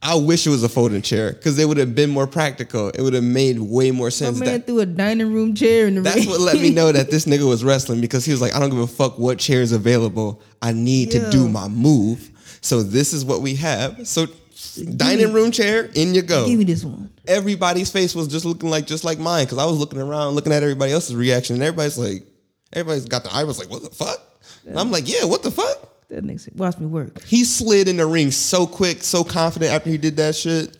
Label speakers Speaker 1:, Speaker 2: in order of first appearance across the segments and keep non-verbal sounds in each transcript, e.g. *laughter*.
Speaker 1: I wish it was a folding chair because it would have been more practical. It would have made way more
Speaker 2: My
Speaker 1: sense.
Speaker 2: man
Speaker 1: That,
Speaker 2: threw a dining room chair in the
Speaker 1: that's
Speaker 2: ring.
Speaker 1: what let
Speaker 2: *laughs*
Speaker 1: me know that this nigga was wrestling because he was like, I don't give a fuck what chair is available. I need to do
Speaker 2: Yeah.
Speaker 1: my move. So this is what we have. So dining room chair, in you go.
Speaker 2: Give me this one.
Speaker 1: everybody's face was just looking like just like mine because I was looking around, looking at everybody else's reaction, and everybody's like, everybody's got the eyebrows like, what the fuck? And I'm like, yeah, what the fuck?
Speaker 2: That nigga said, watch me work.
Speaker 1: He slid in the ring so quick, so confident after he did that shit.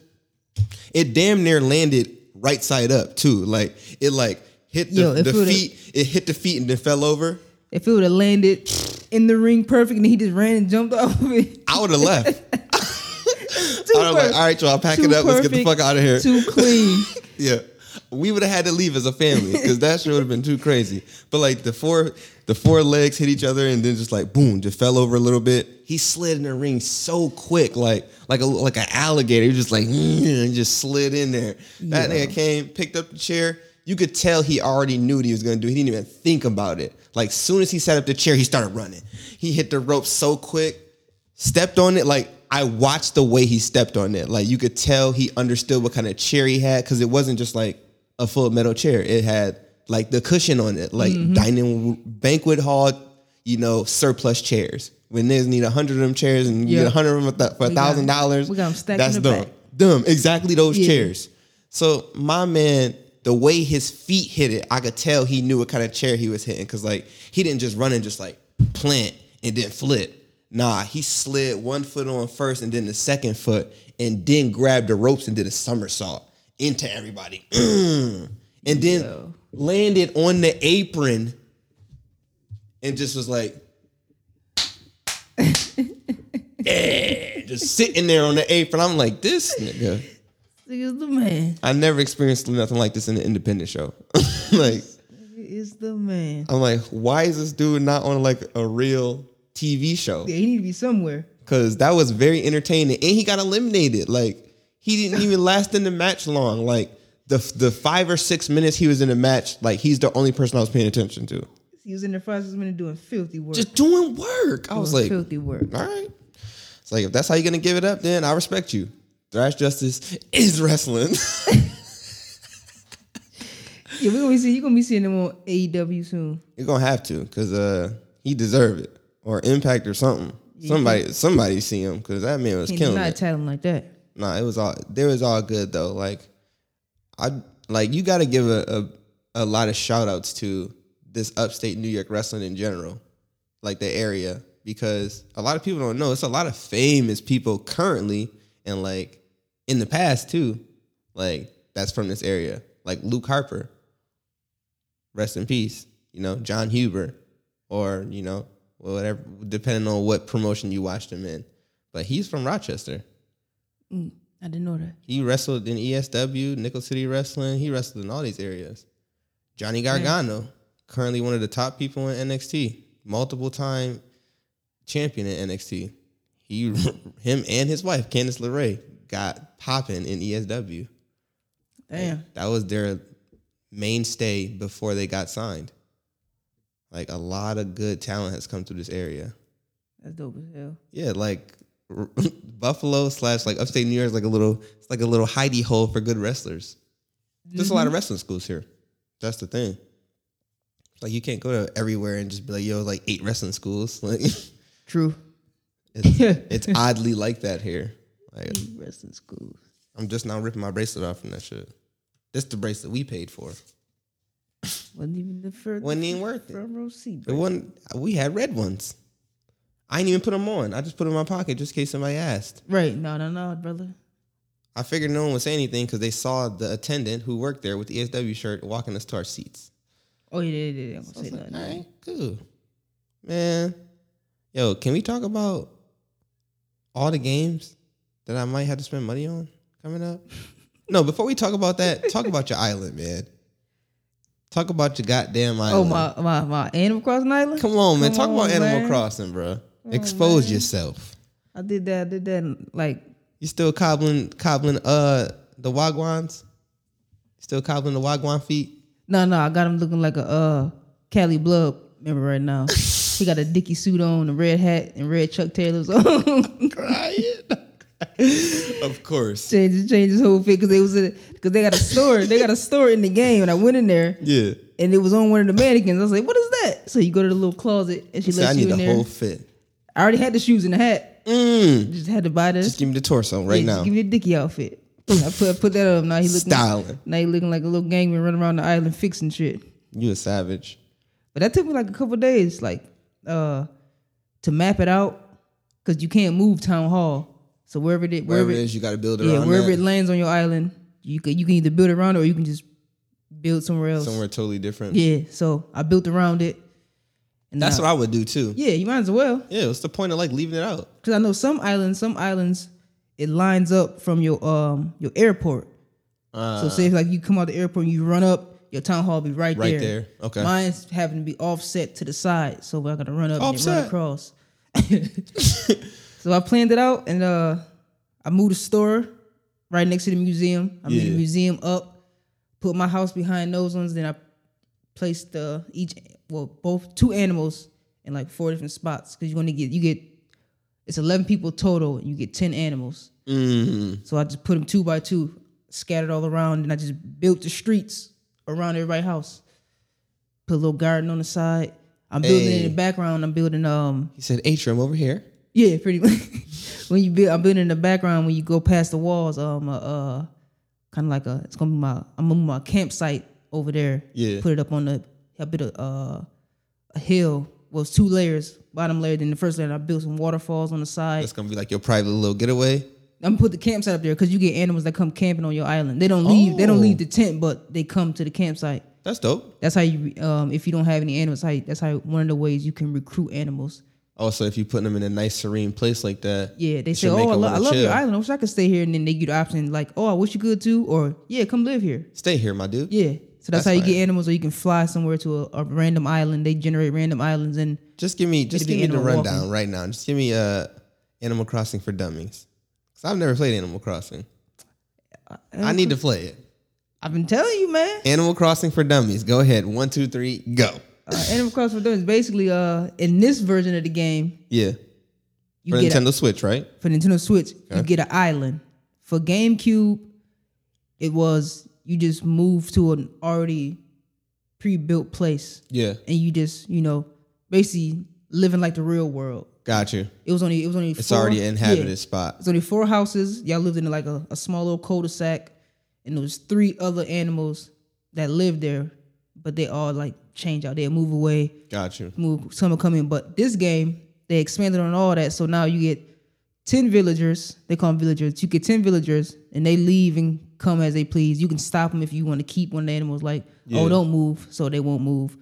Speaker 1: It damn near landed right side up too. Like it like hit the,
Speaker 2: Yo, if
Speaker 1: the
Speaker 2: it would've-
Speaker 1: feet, it hit the feet and then fell over.
Speaker 2: If it would have landed in the ring perfect and he just ran and jumped off of it. *laughs*
Speaker 1: I would have left. I was like,
Speaker 2: perfect.
Speaker 1: all right, y'all, pack
Speaker 2: Too
Speaker 1: it up. Let's get the
Speaker 2: perfect,
Speaker 1: fuck out of here.
Speaker 2: Too
Speaker 1: *laughs*
Speaker 2: clean.
Speaker 1: Yeah. We would have had to leave as a family because that shit would have been too crazy. But like the four, the four legs hit each other and then just like boom, just fell over a little bit. He slid in the ring so quick, like like a like an alligator. He was just like *laughs* "Mm," and just slid in there. That nigga came, picked up the chair. You could tell he already knew what he was gonna do. He didn't even think about it. Like soon as he set up the chair, he started running. He hit the rope so quick stepped on it like I watched the way he stepped on it. Like you could tell he understood what kind of chair he had because it wasn't just like a full metal chair. It had like the cushion on it, like
Speaker 2: Mm-hmm.
Speaker 1: dining banquet hall, you know, surplus chairs. When niggas need a hundred of them chairs and you get
Speaker 2: Yeah.
Speaker 1: a hundred of them for th- for a
Speaker 2: We got 'em.
Speaker 1: thousand dollars,
Speaker 2: We got 'em stacked in
Speaker 1: that's
Speaker 2: the
Speaker 1: dumb.
Speaker 2: back.
Speaker 1: Dumb, exactly those
Speaker 2: Yeah.
Speaker 1: chairs. So my man, the way his feet hit it, I could tell he knew what kind of chair he was hitting because like he didn't just run and just like plant and then flip. Nah, he slid one foot on first and then the second foot and then grabbed the ropes and did a somersault into everybody. *clears throat* Mm. and then
Speaker 2: Yo.
Speaker 1: landed on the apron and just was like, yeah, just sitting there on the apron. I'm like, this nigga.
Speaker 2: Nigga's the man.
Speaker 1: I never experienced nothing like this in an independent show. *laughs* like,
Speaker 2: Nigga is the man.
Speaker 1: I'm like, why is this dude not on like a real TV show?
Speaker 2: Yeah, he need to be somewhere.
Speaker 1: Because that was very entertaining, and he got eliminated. Like, he didn't even last in the match long. Like the the five or six minutes he was in the match, like he's the only person I was paying attention to.
Speaker 2: He was in the process minute doing filthy work.
Speaker 1: Just doing work. I was
Speaker 2: Doing
Speaker 1: like, all
Speaker 2: filthy work.
Speaker 1: right. It's like if that's how you're gonna give it up, then I respect you. Thrash Justice is wrestling. *laughs*
Speaker 2: Yeah, we're gonna be seeing you gonna be seeing him on AEW soon.
Speaker 1: You're gonna have to, cause uh, he deserve it or impact or something. Somebody, somebody see him, cause that man was
Speaker 2: Can't
Speaker 1: killing
Speaker 2: deny
Speaker 1: it.
Speaker 2: title like that.
Speaker 1: Nah, it was all there was all good though. Like, I like you got to give a, a a lot of shout outs to this upstate New York wrestling in general, like the area, because a lot of people don't know it's a lot of famous people currently and like in the past too, like that's from this area, like Luke Harper, rest in peace. You know John Huber, or you know whatever, depending on what promotion you watched him in, but he's from Rochester.
Speaker 2: Mm, I didn't know that.
Speaker 1: He wrestled in ESW, Nickel City Wrestling. He wrestled in all these areas. Johnny Gargano, currently one of the top people in NXT, multiple time champion in NXT. He, *laughs* him, and his wife Candice LeRae got popping in E ESW.
Speaker 2: Damn.
Speaker 1: That was their mainstay before they got signed. Like a lot of good talent has come through this area.
Speaker 2: That's dope as hell.
Speaker 1: Yeah, like *laughs* Buffalo slash like upstate New York is like a little it's like a little hidey hole for good wrestlers. There's a lot of wrestling schools here. That's the thing. Like you can't go to everywhere and just be like, yo, like eight wrestling schools. *laughs* Like it's,
Speaker 2: *laughs* True.
Speaker 1: it's oddly like that here. Like
Speaker 2: Mm. Wrestling schools.
Speaker 1: I'm just now ripping my bracelet off from that shit. This the bracelet we paid for.
Speaker 2: Wasn't even the first.
Speaker 1: Wasn't even worth it.
Speaker 2: front row seat.
Speaker 1: The
Speaker 2: bro.
Speaker 1: one we had red ones. I didn't even put them on. I just put them in my pocket just in case somebody asked.
Speaker 2: Right? No, no, no, brother.
Speaker 1: I figured no one would say anything because they saw the attendant who worked there with the ESW shirt walking us to our seats.
Speaker 2: Oh yeah, yeah, yeah. yeah. I'm gonna
Speaker 1: I
Speaker 2: say
Speaker 1: was like,
Speaker 2: nothing.
Speaker 1: all right, cool. Man, yo, can we talk about all the games that I might have to spend money on coming
Speaker 2: *laughs*
Speaker 1: up? no, before we talk about that, talk about your island, man. Talk about your goddamn
Speaker 2: Oh
Speaker 1: island.
Speaker 2: my, my, my Animal Crossing Island.
Speaker 1: Come on, man.
Speaker 2: Come
Speaker 1: talk about
Speaker 2: on,
Speaker 1: Animal
Speaker 2: man.
Speaker 1: Crossing, bro. Expose
Speaker 2: man.
Speaker 1: yourself.
Speaker 2: I did that. I did that. Like
Speaker 1: You still cobbling cobbling uh the wagwans? Still cobbling the wagwan feet?
Speaker 2: no, no. I got him looking like a uh Cali Blub member right
Speaker 1: *laughs*
Speaker 2: now. he got a dicky suit on, *laughs* a red hat, and red Chuck Taylors on.
Speaker 1: crying. of course.
Speaker 2: Change his change his whole fit because they was because they got a store. they got a store in the game, and I went in there.
Speaker 1: Yeah.
Speaker 2: And it was on one of the mannequins. I was like, "What is that?" So you go to the little closet, and she
Speaker 1: So I
Speaker 2: lets
Speaker 1: need
Speaker 2: you
Speaker 1: the
Speaker 2: in there.
Speaker 1: whole fit.
Speaker 2: I already had the shoes and the hat.
Speaker 1: Mm.
Speaker 2: Just had to buy the
Speaker 1: Just give me the torso right
Speaker 2: Yeah, just
Speaker 1: now.
Speaker 2: Give me the dicky outfit. I put put that up. Now he looking
Speaker 1: Styling.
Speaker 2: Now he looking like a little gangman running around the island fixing shit.
Speaker 1: You a savage.
Speaker 2: But that took me like a couple days, like uh, to map it out, because you can't move town hall. So wherever it
Speaker 1: Wherever
Speaker 2: wherever,
Speaker 1: it is, you got to build around
Speaker 2: yeah wherever it
Speaker 1: that.
Speaker 2: lands on your island, you can you can either build around it or you can just build somewhere else.
Speaker 1: Somewhere totally different.
Speaker 2: Yeah. So I built around it. And
Speaker 1: That's
Speaker 2: now-
Speaker 1: what I would do too.
Speaker 2: yeah, you might as well.
Speaker 1: Yeah, what's the point of like leaving it out?
Speaker 2: because I know some islands, some islands, it lines up from your um your airport.
Speaker 1: Uh.
Speaker 2: so say if, like you come out the airport, and you run up, your town hall be right,
Speaker 1: Right
Speaker 2: there.
Speaker 1: there. Okay.
Speaker 2: Mine's having to be offset to the side, so I gotta run up and then
Speaker 1: Offset.
Speaker 2: run across. *laughs* so I planned it out, and uh I moved the store right next to the museum. I moved
Speaker 1: Yeah.
Speaker 2: the museum up, put my house behind those ones. Then I placed uh, each well both two animals in like four different spots because you're gonna get you get it's 11 people total and you get 10 animals
Speaker 1: Mm.
Speaker 2: so i just put them two by two scattered all around and i just built the streets around everybody's house put a little garden on the side i'm building
Speaker 1: Hey.
Speaker 2: in the background i'm building um
Speaker 1: He said atrium over here.
Speaker 2: yeah pretty much *laughs* when you build i'm building in the background when you go past the walls um uh, uh kind of like a it's gonna be my i'm gonna move my campsite over there
Speaker 1: Yeah.
Speaker 2: put it up on the a bit of uh a hill well it's two layers bottom layer then the first layer i built some waterfalls on the side
Speaker 1: That's gonna be like your private little getaway.
Speaker 2: I'm gonna put the campsite up there because you get animals that come camping on your island. They don't leave. They
Speaker 1: Oh.
Speaker 2: don't leave the tent, but they come to the campsite.
Speaker 1: That's dope.
Speaker 2: That's how you. Um, if you don't have any animals, how you- that's how one of the ways you can recruit animals.
Speaker 1: Also, if you put them in a nice serene place like that,
Speaker 2: Yeah, they
Speaker 1: it
Speaker 2: say,
Speaker 1: should make
Speaker 2: "Oh, I,
Speaker 1: them
Speaker 2: lo- I
Speaker 1: wanna
Speaker 2: love
Speaker 1: chill.
Speaker 2: your island. I wish I could stay here." And then they give you the option like, "Oh, I wish you could too," or "Yeah, come live here."
Speaker 1: Stay here, my dude.
Speaker 2: Yeah, so that's,
Speaker 1: That's
Speaker 2: how you
Speaker 1: fire.
Speaker 2: get animals, or you can fly somewhere to a, a random island. They generate random islands, and
Speaker 1: Just give me, just
Speaker 2: It'd be
Speaker 1: give me the
Speaker 2: animal
Speaker 1: rundown right now. Just give me uh, Animal Crossing for dummies. Cause I've never played Animal Crossing.
Speaker 2: Uh,
Speaker 1: I need to play it.
Speaker 2: I've been telling you, man.
Speaker 1: Animal Crossing for dummies. Go ahead. One, two, three, go.
Speaker 2: Uh, Animal Crossing for Dummies basically uh in this version of the game
Speaker 1: Yeah,
Speaker 2: you
Speaker 1: for
Speaker 2: get a-
Speaker 1: Nintendo Switch, right?
Speaker 2: for Nintendo Switch, you get an island. For GameCube, it was you just move to an already pre-built place
Speaker 1: Yeah,
Speaker 2: and you just, you know, basically living like the real world.
Speaker 1: got you.
Speaker 2: It was only it was only
Speaker 1: It's already an inhabited spot.
Speaker 2: It's only four houses. Y'all lived in like a, a small little cul-de-sac and there was three other animals that lived there, but they all like change out. They move away
Speaker 1: Got you.
Speaker 2: move some will come in. But this game, they expanded on all that. So now you get ten villagers. They call them villagers. You get ten villagers, and they leave and come as they please. You can stop them if you want to keep one of the animals. Like,
Speaker 1: Yeah.
Speaker 2: oh, don't move, so they won't move.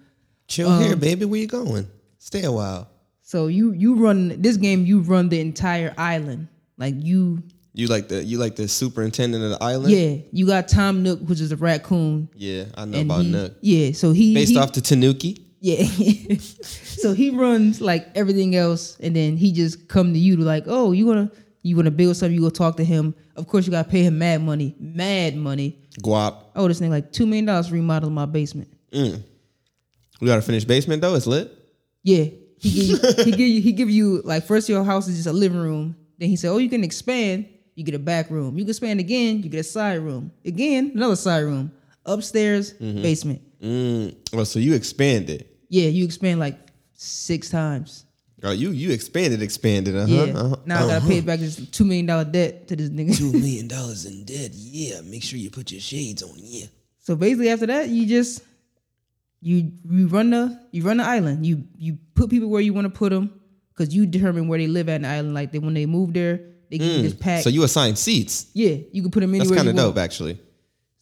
Speaker 1: Chill here, baby. Where you going? Stay a while.
Speaker 2: So you you run this game. You run the entire island. Like you,
Speaker 1: You like the you like the superintendent of the island?
Speaker 2: yeah. You got Tom Nook, which is a raccoon.
Speaker 1: Yeah, I know about
Speaker 2: he,
Speaker 1: Nook.
Speaker 2: Yeah. So he
Speaker 1: Based
Speaker 2: he-
Speaker 1: off the Tanuki.
Speaker 2: Yeah. *laughs* so he runs like everything else, and then he just come to you to like, oh, you wanna you wanna build something? You go talk to him. Of course, you gotta pay him mad money, mad money.
Speaker 1: Guap.
Speaker 2: Oh, this thing like two million dollars remodeling my basement.
Speaker 1: Mm. We got to finish basement though. It's lit.
Speaker 2: Yeah, he give you, *laughs* he give you he give you like first your house is just a living room. Then he said, oh, you can expand. You get a back room. You can expand again. You get a side room. Again, another side room. Upstairs, basement.
Speaker 1: Mm. Well, so you expanded.
Speaker 2: Yeah, you expand like six times.
Speaker 1: Oh, you you expanded, expanded. Uh huh.
Speaker 2: Yeah.
Speaker 1: Uh-huh.
Speaker 2: Now I gotta pay back this two million dollar debt to this
Speaker 1: *laughs*
Speaker 2: nigga.
Speaker 1: million dollars in debt. Yeah. Make sure you put your shades on. Yeah.
Speaker 2: so basically, after that, you just you you run the you run the island. You you put people where you want to put them because you determine where they live at an island. Like they when they move there, they get this pack.
Speaker 1: Mm. So you assign seats.
Speaker 2: yeah, you can put them
Speaker 1: That's
Speaker 2: anywhere.
Speaker 1: kind of
Speaker 2: you want.
Speaker 1: dope, actually.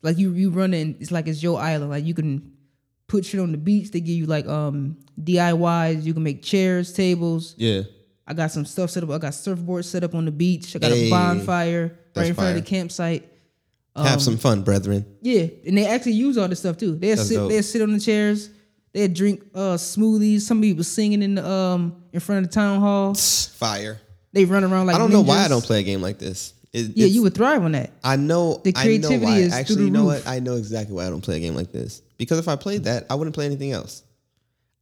Speaker 2: Like you you run it. And it's like it's your island. Like you can put shit on the beach. They give you like um DIYs. You can make chairs, tables.
Speaker 1: Yeah.
Speaker 2: I got some stuff set up. I got surfboards set up on the beach. I got
Speaker 1: Hey,
Speaker 2: a bonfire
Speaker 1: that's
Speaker 2: right in front
Speaker 1: fire.
Speaker 2: of the campsite.
Speaker 1: Have
Speaker 2: Um,
Speaker 1: some fun, brethren.
Speaker 2: Yeah, and they actually use all this stuff too. They'll
Speaker 1: That's
Speaker 2: sit,
Speaker 1: dope.
Speaker 2: they'll sit on the chairs, they'll drink uh, smoothies. Somebody was singing in the um in front of the town hall.
Speaker 1: Fire.
Speaker 2: They run around like
Speaker 1: I don't know why I
Speaker 2: ninjas.
Speaker 1: don't play a game like this. It,
Speaker 2: Yeah,
Speaker 1: it's-
Speaker 2: you would thrive on that.
Speaker 1: I know.
Speaker 2: The
Speaker 1: I know
Speaker 2: creativity
Speaker 1: why.
Speaker 2: is through
Speaker 1: Actually,
Speaker 2: the
Speaker 1: you know
Speaker 2: roof.
Speaker 1: what? I know exactly why I don't play a game like this. Because if I played that, I wouldn't play anything else.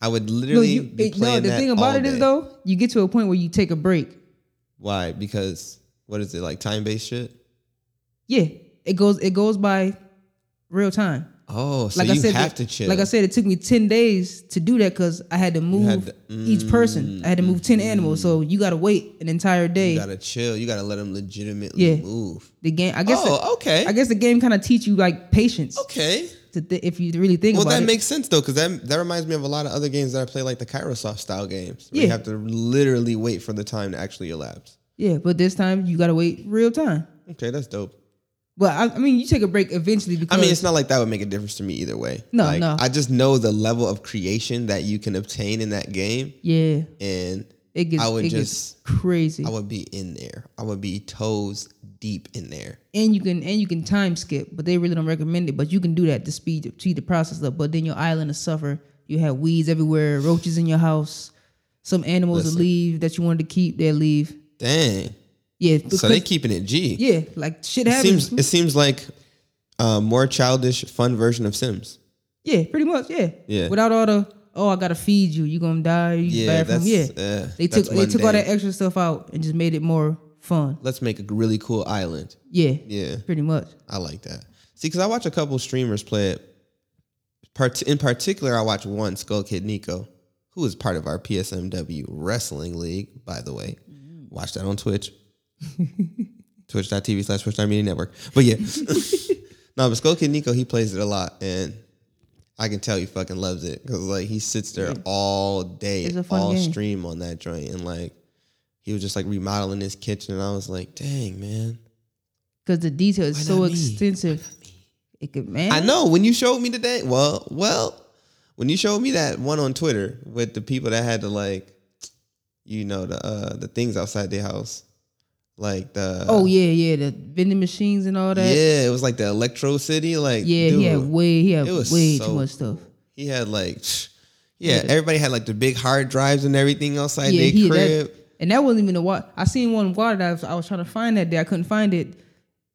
Speaker 1: I would
Speaker 2: No,
Speaker 1: literally
Speaker 2: you,
Speaker 1: be
Speaker 2: it, no
Speaker 1: playing
Speaker 2: the
Speaker 1: that
Speaker 2: thing about
Speaker 1: all
Speaker 2: it is
Speaker 1: day.
Speaker 2: though, you get to a point where you take a break.
Speaker 1: Why? Because What is it like time based shit?
Speaker 2: Yeah, it goes it goes by real time.
Speaker 1: Oh, so
Speaker 2: Like
Speaker 1: you
Speaker 2: I said,
Speaker 1: have
Speaker 2: that-
Speaker 1: to chill.
Speaker 2: Like I said, it took me ten days to do that because I had to move
Speaker 1: had to- mm,
Speaker 2: each person. I had to move ten animals, so you got to wait an entire day.
Speaker 1: you gotta chill. You gotta let them legitimately
Speaker 2: Yeah.
Speaker 1: move.
Speaker 2: the game, I guess.
Speaker 1: oh, okay,
Speaker 2: I guess the game kind of teach you like patience
Speaker 1: okay.
Speaker 2: to th- if you really think
Speaker 1: Well,
Speaker 2: about
Speaker 1: that
Speaker 2: it.
Speaker 1: makes sense though, because that that reminds me of a lot of other games that I play, like the Kairosoft style games. Where You
Speaker 2: Yeah.
Speaker 1: have to literally wait for the time to actually elapse.
Speaker 2: yeah, but this time you got to wait real time.
Speaker 1: Okay, that's dope.
Speaker 2: But I, I mean, you take a break eventually
Speaker 1: I
Speaker 2: because
Speaker 1: mean, it's not like that would make a difference to me either way.
Speaker 2: No,
Speaker 1: Like,
Speaker 2: no.
Speaker 1: I just know the level of creation that you can obtain in that game,
Speaker 2: yeah,
Speaker 1: and
Speaker 2: it gets
Speaker 1: I would
Speaker 2: it gets
Speaker 1: just-
Speaker 2: crazy,
Speaker 1: I would be in there. I would be toes deep in there.
Speaker 2: and you can and you can time skip, but they really don't recommend it. But you can do that to speed to speed the process up. But then your island will suffer. You have weeds everywhere, roaches in your house. Some animals
Speaker 1: Listen.
Speaker 2: will leave that you wanted to keep. They leave.
Speaker 1: Dang.
Speaker 2: Yeah,
Speaker 1: So they
Speaker 2: because-
Speaker 1: keeping it G.
Speaker 2: yeah, like shit
Speaker 1: it
Speaker 2: happens.
Speaker 1: seems it seems like a more childish, fun version of Sims.
Speaker 2: yeah, pretty much. Yeah,
Speaker 1: Yeah.
Speaker 2: Without all the oh, I gotta feed you. You gonna die. You
Speaker 1: Yeah,
Speaker 2: yeah,
Speaker 1: that's
Speaker 2: bathroom. Yeah,
Speaker 1: uh,
Speaker 2: they
Speaker 1: that's
Speaker 2: took they took all
Speaker 1: mundane.
Speaker 2: that extra stuff out and just made it more fun.
Speaker 1: Let's make a really cool island.
Speaker 2: Yeah,
Speaker 1: Yeah.
Speaker 2: pretty much.
Speaker 1: I like that. See, because I watch a couple streamers play it. Part- in particular, I watch one Skull Kid Nico, who is part of our PSMW wrestling league, by the way. Watch that
Speaker 2: *laughs*
Speaker 1: on Twitch. Twitch.tv slash Twitch Media Network. But yeah. *laughs* no, but Skull Kid Nico, he plays it a lot and I can tell he fucking loves it. Cause like he sits there all day,
Speaker 2: It's a fun
Speaker 1: all
Speaker 2: game.
Speaker 1: stream on that joint. And like he was just like remodeling his kitchen and I was like, dang man.
Speaker 2: because the detail is
Speaker 1: Why
Speaker 2: so
Speaker 1: not me?
Speaker 2: extensive. It could man.
Speaker 1: I know when you showed me today. Well, well, when you showed me that one on Twitter with the people that had to like, you know, the uh, the things outside their house, like the
Speaker 2: Oh yeah, yeah, the vending machines and all that.
Speaker 1: yeah, it was like the Electro City, like
Speaker 2: Yeah, he had
Speaker 1: dude,
Speaker 2: way he had
Speaker 1: it was
Speaker 2: way
Speaker 1: so
Speaker 2: too much stuff.
Speaker 1: he had like, *sniffs* yeah, everybody had like the big hard drives and everything outside
Speaker 2: Yeah,
Speaker 1: their
Speaker 2: he had
Speaker 1: crib.
Speaker 2: that, and that wasn't even a water. I seen one water that I was, I was trying to find that day. I couldn't find it.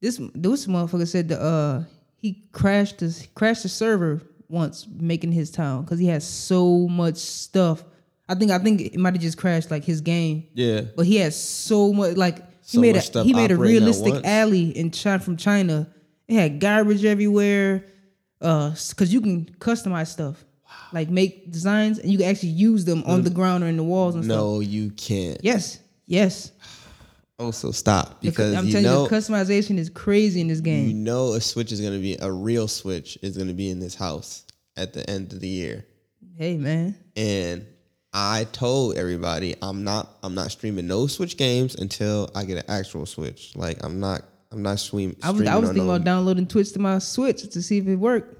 Speaker 2: This this motherfucker said the uh he crashed his crashed the server once making his town because he had so much stuff. I think I think it might have just crashed like his game.
Speaker 1: yeah,
Speaker 2: But he had so much like
Speaker 1: So
Speaker 2: he made
Speaker 1: much
Speaker 2: a
Speaker 1: stuff
Speaker 2: he made a
Speaker 1: operating at
Speaker 2: realistic
Speaker 1: once.
Speaker 2: alley in China from China. It had garbage everywhere. Uh, cause you can customize stuff. Like make designs and you can actually use them on the ground or in the walls and stuff.
Speaker 1: Mm. no, you can't.
Speaker 2: Yes. Yes.
Speaker 1: Oh, so stop
Speaker 2: The cu-
Speaker 1: because
Speaker 2: I'm
Speaker 1: you
Speaker 2: telling
Speaker 1: know Mm.
Speaker 2: you the customization is crazy in this
Speaker 1: you
Speaker 2: game.
Speaker 1: know a switch is gonna be a real switch is gonna be in this house at the end of the year.
Speaker 2: Hey man.
Speaker 1: and I told everybody I'm not I'm not streaming no Switch games until I get an actual Switch. Like I'm not I'm not stream,
Speaker 2: I was
Speaker 1: streaming.
Speaker 2: I was
Speaker 1: on
Speaker 2: thinking
Speaker 1: no-
Speaker 2: about downloading Twitch to my Switch to see if it worked.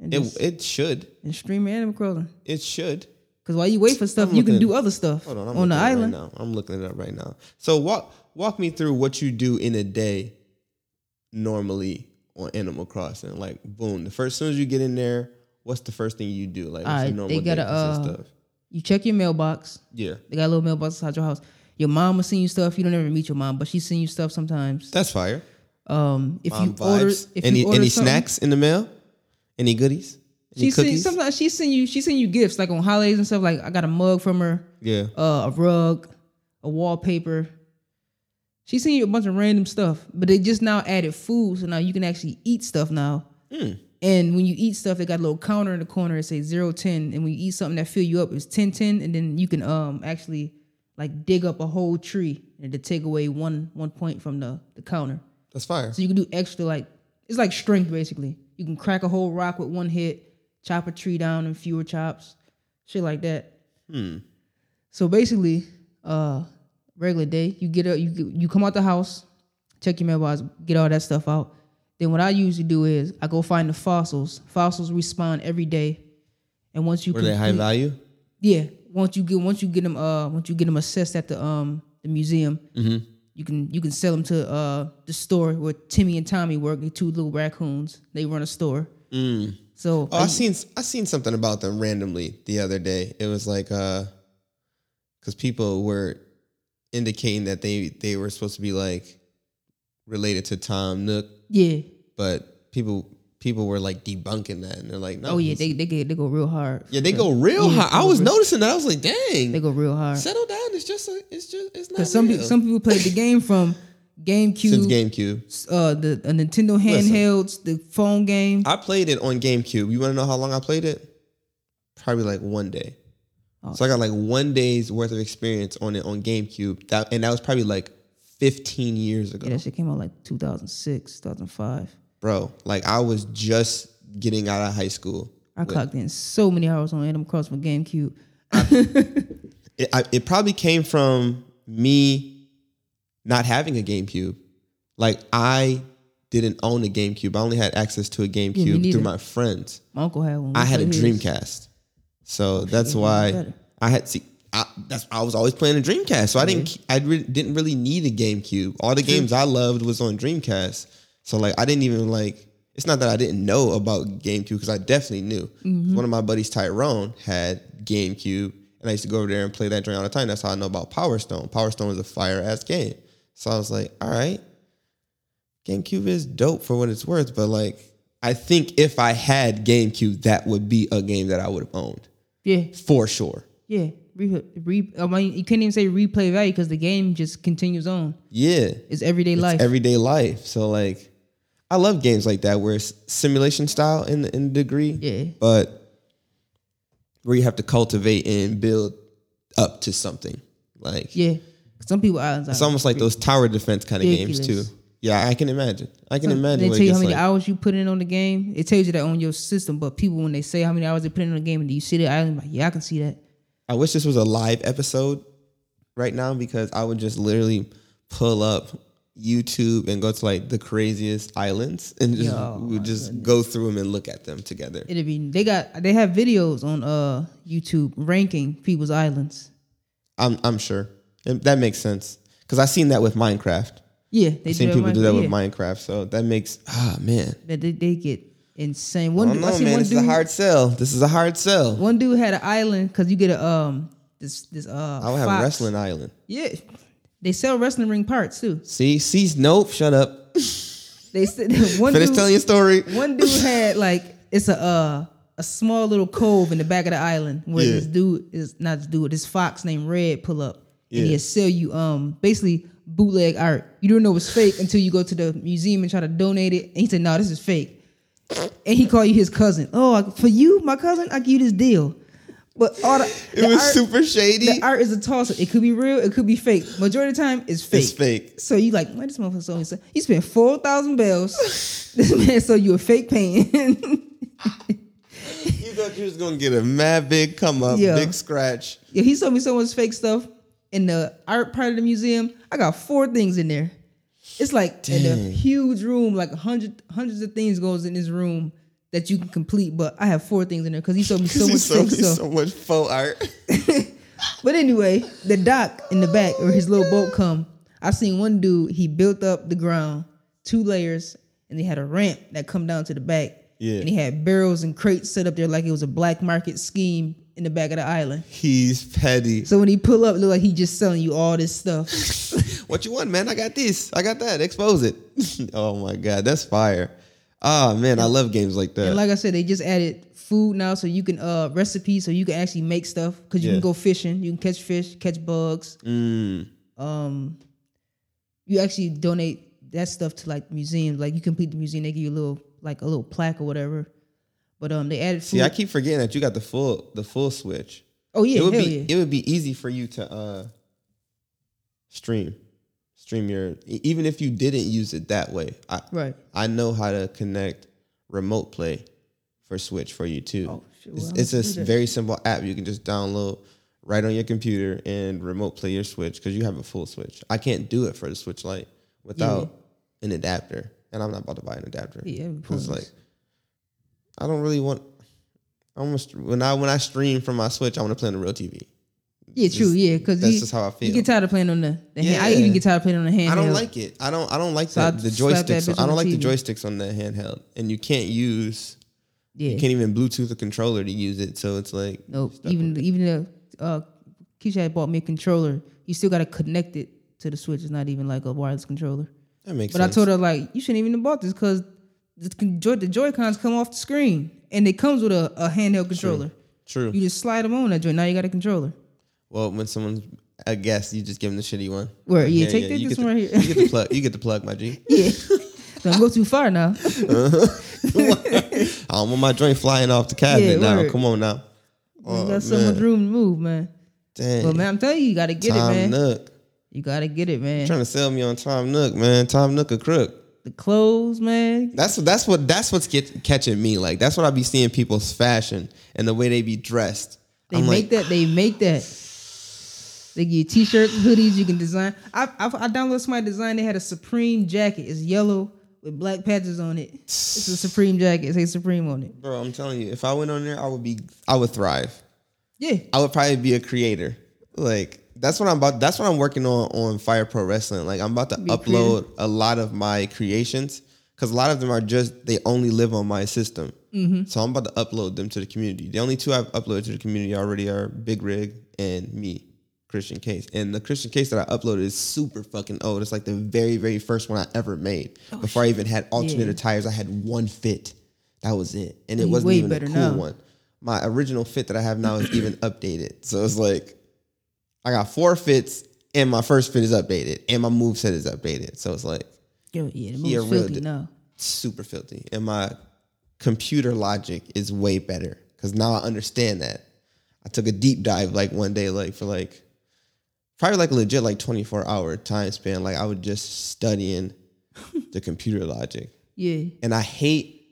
Speaker 2: And, just,
Speaker 1: it. It should.
Speaker 2: and streaming Animal Crossing.
Speaker 1: It should.
Speaker 2: Cause while you wait for stuff,
Speaker 1: I'm
Speaker 2: you can
Speaker 1: looking-
Speaker 2: do other stuff
Speaker 1: Hold on. I'm
Speaker 2: on,
Speaker 1: looking
Speaker 2: the
Speaker 1: it up
Speaker 2: island.
Speaker 1: right now. I'm looking it up right now. So walk walk me through what you do in a day normally on Animal Crossing. Like boom, the first soon as you get in there, what's the first thing you do? Like what's
Speaker 2: Alright,
Speaker 1: your
Speaker 2: Uh, they
Speaker 1: normal
Speaker 2: gotta,
Speaker 1: day consist
Speaker 2: uh,
Speaker 1: of?
Speaker 2: You check your mailbox.
Speaker 1: Yeah,
Speaker 2: They got a little mailbox outside your house. Your mom will send you stuff. You don't ever meet your mom, but she send you stuff sometimes.
Speaker 1: that's fire.
Speaker 2: Um, if
Speaker 1: Mom
Speaker 2: you order,
Speaker 1: vibes.
Speaker 2: if
Speaker 1: any
Speaker 2: you order
Speaker 1: any
Speaker 2: something-
Speaker 1: snacks in the mail? Any goodies? Any
Speaker 2: she send,
Speaker 1: cookies?
Speaker 2: sometimes she send you she send you gifts like on holidays and stuff. Like I got a mug from her,
Speaker 1: Yeah.
Speaker 2: uh, a rug, a wallpaper. She send you a bunch of random stuff, but they just now added food, so now you can actually eat stuff now. And when you eat stuff, they got a little counter in the corner that say zero ten. And when you eat something that fill you up, it's ten ten. And then you can um actually like dig up a whole tree and to take away one one point from the the counter.
Speaker 1: That's fire.
Speaker 2: So you can do extra like it's like strength basically. You can crack a whole rock with one hit, chop a tree down in fewer chops, shit like that. So basically, uh regular day, you get up, you get- you come out the house, check your mailbox, get all that stuff out. Then what I usually do is I go find the fossils. Fossils respawn every day, and once you
Speaker 1: Were they high
Speaker 2: complete-
Speaker 1: value?
Speaker 2: yeah, once you get once you get them uh once you get them assessed at the um the museum,
Speaker 1: Mm-hmm.
Speaker 2: you can you can sell them to uh the store where Timmy and Tommy work. The two little raccoons they run a store. So uh,
Speaker 1: Oh, I seen I seen something about them randomly the other day. It was like uh, because people were indicating that they they were supposed to be like related to Tom Nook,
Speaker 2: yeah,
Speaker 1: but people people were like debunking that, and they're like, no,
Speaker 2: oh yeah,
Speaker 1: he's-
Speaker 2: they they get they go real hard.
Speaker 1: yeah, they go real
Speaker 2: Yeah,
Speaker 1: high. I
Speaker 2: they go
Speaker 1: was
Speaker 2: real-
Speaker 1: noticing that. I was like,
Speaker 2: They
Speaker 1: dang,
Speaker 2: go real hard.
Speaker 1: settle down. It's just a, it's just it's not
Speaker 2: Cause some
Speaker 1: real.
Speaker 2: people, some people played the game from GameCube,
Speaker 1: since GameCube.
Speaker 2: uh, the uh, Nintendo
Speaker 1: Listen.
Speaker 2: handhelds, the phone game.
Speaker 1: I played it on GameCube. You want to know how long I played it? Probably like one day.
Speaker 2: Oh.
Speaker 1: So I got like one day's worth of experience on it on GameCube. That and that was probably like 15 years ago,
Speaker 2: yeah, that shit came out like 2006, 2005.
Speaker 1: bro. Like I was just getting out of high school.
Speaker 2: I clocked in so many hours on Animal Crossing for GameCube.
Speaker 1: It, I, it probably came from me not having a GameCube. Like I didn't own a GameCube. I only had access to a GameCube
Speaker 2: neither.
Speaker 1: through my friends.
Speaker 2: My uncle had one. We
Speaker 1: I had a
Speaker 2: played his.
Speaker 1: Dreamcast, so that's
Speaker 2: even
Speaker 1: why
Speaker 2: better.
Speaker 1: I had see. I, that's I was always playing a Dreamcast, so I didn't I re- didn't really need a GameCube. All the games I loved was on Dreamcast, so like I didn't even like. It's not that I didn't know about GameCube because I definitely knew.
Speaker 2: Mm-hmm.
Speaker 1: One of my buddies, Tyrone, had GameCube, and I used to go over there and play that joint all the time. That's how I know about Power Stone. Power Stone is a fire ass game, so I was like, all right, GameCube is dope for what it's worth, but like I think if I had GameCube, that would be a game that I would have owned
Speaker 2: Yeah,
Speaker 1: for sure.
Speaker 2: yeah. Re, re, I mean, you can't even say replay value because the game just continues on.
Speaker 1: Yeah,
Speaker 2: It's everyday life.
Speaker 1: everyday life. So like, I love games like that where it's simulation style in in degree,
Speaker 2: Yeah.
Speaker 1: but where you have to cultivate and build up to something. Like
Speaker 2: yeah. Some people are like,
Speaker 1: it's almost like those tower defense kind of games too.
Speaker 2: Ridiculous.
Speaker 1: Yeah, I can imagine. I can
Speaker 2: They
Speaker 1: imagine. what
Speaker 2: tell
Speaker 1: it
Speaker 2: you how
Speaker 1: gets
Speaker 2: many
Speaker 1: like.
Speaker 2: hours you put in on the game. It tells you that on your system, but people when they say how many hours they put in on the game, and do you see that? I'm like, yeah, I can see that.
Speaker 1: I wish this was a live episode right now because I would just literally pull up YouTube and go to like the craziest islands and just
Speaker 2: Yo,
Speaker 1: we would just go through them and look at them together.
Speaker 2: It'll be they got they have videos on uh YouTube ranking people's islands.
Speaker 1: I'm I'm sure And that makes sense because I've seen that with Minecraft.
Speaker 2: Yeah, they
Speaker 1: I've seen people do that
Speaker 2: yeah.
Speaker 1: with Minecraft, so that makes ah man.
Speaker 2: That they, they get insane.
Speaker 1: I
Speaker 2: One,
Speaker 1: don't
Speaker 2: dude, I
Speaker 1: know,
Speaker 2: seen
Speaker 1: man.
Speaker 2: one
Speaker 1: This is a
Speaker 2: dude.
Speaker 1: hard sell. This is a hard sell.
Speaker 2: one dude had an island because you get a um this this uh.
Speaker 1: I would have
Speaker 2: fox.
Speaker 1: wrestling island.
Speaker 2: Yeah, they sell wrestling ring parts too.
Speaker 1: See, see, nope. Shut up.
Speaker 2: They *laughs* said one
Speaker 1: Finish
Speaker 2: dude,
Speaker 1: telling your story.
Speaker 2: One
Speaker 1: *laughs*
Speaker 2: dude had like it's a uh, a small little cove in the back of the island where
Speaker 1: Yeah.
Speaker 2: this dude is not this dude, this fox named Red pull up and
Speaker 1: Yeah.
Speaker 2: he'll sell you um basically bootleg art. You don't know it's fake until you go to the museum and try to donate it. And he said, No, this is fake. And he called you his cousin. Oh, I- for you, my cousin, I give you this deal. But all the,
Speaker 1: It
Speaker 2: the
Speaker 1: was
Speaker 2: art,
Speaker 1: super shady.
Speaker 2: the art is a toss up. It could be real, it could be fake. Majority of the time, it's fake.
Speaker 1: It's fake.
Speaker 2: So you like, man, this motherfucker sold me. some-" He spent four thousand bells. *laughs* this man sold you a fake painting. *laughs*
Speaker 1: You thought you was gonna get a mad big come up,
Speaker 2: Yeah.
Speaker 1: big scratch.
Speaker 2: yeah, he sold me someone's fake stuff in the art part of the museum. I got four things in there. It's like in a
Speaker 1: Dang.
Speaker 2: huge room, like a hundred hundreds of things goes in this room that you can complete. But I have four things in there because he sold me
Speaker 1: *laughs*
Speaker 2: so
Speaker 1: So
Speaker 2: much
Speaker 1: so,
Speaker 2: fake stuff.
Speaker 1: so much faux art.
Speaker 2: But anyway, the dock in the back where his little boat come, I seen one dude, he built up the ground, two layers, and they had a ramp that come down to the back.
Speaker 1: Yeah.
Speaker 2: And he had barrels and crates set up there like it was a black market scheme in the back of the island.
Speaker 1: He's petty.
Speaker 2: So when he pull up, it look like he just selling you all this stuff.
Speaker 1: What you want, man? I got this. I got that. Expose it. *laughs* oh my god, that's fire. Ah man, I love games like that.
Speaker 2: And like I said, they just added food now so you can uh recipes so you can actually make stuff because you
Speaker 1: Yeah.
Speaker 2: can go fishing, you can catch fish, catch bugs.
Speaker 1: Mm.
Speaker 2: Um, you actually donate that stuff to like museums. Like you complete the museum, they give you a little like a little plaque or whatever. But um, they added food.
Speaker 1: See, I keep forgetting that you got the full the full switch.
Speaker 2: oh yeah,
Speaker 1: it
Speaker 2: hell
Speaker 1: would be
Speaker 2: yeah.
Speaker 1: it would be easy for you to uh stream. Stream your e- even if you didn't use it that way. I
Speaker 2: right.
Speaker 1: I know how to connect remote play for Switch for you too.
Speaker 2: Oh, shit, well,
Speaker 1: it's
Speaker 2: I'm
Speaker 1: it's a
Speaker 2: gonna do
Speaker 1: s-
Speaker 2: that.
Speaker 1: very simple app you can just download right on your computer and remote play your Switch because you have a full Switch. I can't do it for the Switch Lite without an adapter, and I'm not about to buy an adapter.
Speaker 2: Yeah, that'd be
Speaker 1: 'Cause,
Speaker 2: pointless.
Speaker 1: like I don't really want. I almost when I when I stream from my Switch, I want to play on the real TV.
Speaker 2: Yeah, true. Yeah, because
Speaker 1: that's
Speaker 2: you,
Speaker 1: just how I
Speaker 2: you
Speaker 1: feel.
Speaker 2: get tired of playing on the. the hand. I
Speaker 1: Yeah.
Speaker 2: even get tired of playing on the hand.
Speaker 1: I don't like it. I don't. I don't like
Speaker 2: So
Speaker 1: the,
Speaker 2: I
Speaker 1: the
Speaker 2: slap that bitch
Speaker 1: joysticks. I
Speaker 2: on
Speaker 1: don't
Speaker 2: the
Speaker 1: like the
Speaker 2: TV.
Speaker 1: joysticks on the handheld, and you can't use
Speaker 2: Yeah.
Speaker 1: You can't even Bluetooth a controller to use it. So it's like,
Speaker 2: Nope. Even even the uh, Keisha had bought me a controller. You still got to connect it to the Switch. It's not even like a wireless controller.
Speaker 1: that makes
Speaker 2: But I
Speaker 1: sense.
Speaker 2: told her like you shouldn't even have bought this because the con- Joy the Joy Cons come off the screen and it comes with a, a handheld controller.
Speaker 1: True. *laughs*
Speaker 2: You just slide them on that joint. Now you got a controller.
Speaker 1: Well, when someone's I guess you just give him the shitty one.
Speaker 2: Where? Yeah, take this-
Speaker 1: you
Speaker 2: this
Speaker 1: get
Speaker 2: one
Speaker 1: the-
Speaker 2: right here.
Speaker 1: You get the plug. You get the plug,
Speaker 2: *laughs*
Speaker 1: my G. *laughs*
Speaker 2: Yeah. Don't go too far now.
Speaker 1: I don't want my joint flying off the cabinet
Speaker 2: Yeah,
Speaker 1: now.
Speaker 2: word.
Speaker 1: Come on now.
Speaker 2: you
Speaker 1: Oh,
Speaker 2: got so much
Speaker 1: man.
Speaker 2: room to move, man.
Speaker 1: Dang.
Speaker 2: Well, man, I'm telling you, you gotta get
Speaker 1: Tom
Speaker 2: it, man.
Speaker 1: Nook.
Speaker 2: You gotta get it, man.
Speaker 1: Trying to sell me on Tom Nook, man. Tom Nook a crook.
Speaker 2: The clothes, man.
Speaker 1: That's that's what that's what's get, catching me. Like that's what I be seeing people's fashion and the way they be dressed.
Speaker 2: They
Speaker 1: I'm
Speaker 2: make
Speaker 1: like,
Speaker 2: that. They make that. They give you t-shirts, hoodies. You can design. I, I I downloaded somebody design. They had a Supreme jacket. It's yellow with black patches on it. It's a Supreme jacket. It says Supreme on it.
Speaker 1: bro, I'm telling you, if I went on there, I would be, I would thrive.
Speaker 2: Yeah.
Speaker 1: I would probably be a creator. Like that's what I'm about. That's what I'm working on on Fire Pro Wrestling. Like I'm about to
Speaker 2: Be a
Speaker 1: upload a lot of my creations because a lot of them are just they only live on my system.
Speaker 2: Mm-hmm.
Speaker 1: So I'm about to upload them to the community. The only two I've uploaded to the community already are Big Rig and me, Christian Case. And the Christian Case that I uploaded is super fucking old. It's like the very very first one I ever made.
Speaker 2: Oh,
Speaker 1: Before I even had alternator tires, I had one fit. That was it, and it
Speaker 2: You
Speaker 1: wasn't
Speaker 2: way
Speaker 1: even a
Speaker 2: better
Speaker 1: cool
Speaker 2: now.
Speaker 1: one my original fit that I have now is even *laughs* updated. So it's like I got four fits and my first fit is updated and my move set is updated. So it's like
Speaker 2: Yo, yeah. The
Speaker 1: He a
Speaker 2: move's
Speaker 1: real
Speaker 2: filthy
Speaker 1: d-
Speaker 2: now.
Speaker 1: super filthy. And my computer logic is way better because now I understand that. I took a deep dive like one day, like for like probably like a legit like 24 hour time span. Like I was just studying the computer logic.
Speaker 2: Yeah.
Speaker 1: And I hate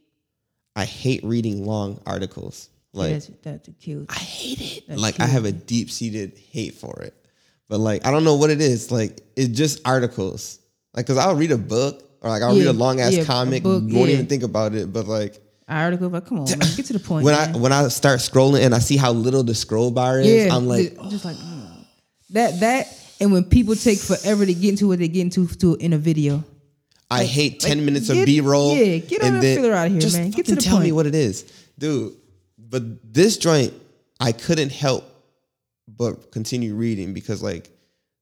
Speaker 1: I hate reading long articles. Like
Speaker 2: that's that's cute.
Speaker 1: I hate it. like I have a deep seated hate for it. But like I don't know what it is. Like it's just articles. Like because I'll read a book or like I'll read
Speaker 2: Yeah,
Speaker 1: a long ass
Speaker 2: yeah, a
Speaker 1: comic,
Speaker 2: book,
Speaker 1: won't
Speaker 2: yeah.
Speaker 1: even think about it. But like
Speaker 2: Article, but
Speaker 1: *laughs*
Speaker 2: come on, man. Get to the point.
Speaker 1: when
Speaker 2: man.
Speaker 1: I when I start scrolling and I see how little the scroll bar is, I'm like,
Speaker 2: ju- just, like mm. that, that, and when people take forever to get into what they get into to in a video,
Speaker 1: I hate ten
Speaker 2: like,
Speaker 1: minutes
Speaker 2: get-
Speaker 1: of B roll.
Speaker 2: yeah, get on that filler out of here,
Speaker 1: just
Speaker 2: man. Get to
Speaker 1: fucking
Speaker 2: the
Speaker 1: tell me
Speaker 2: point.
Speaker 1: what it is, dude. But this joint, I couldn't help but continue reading because like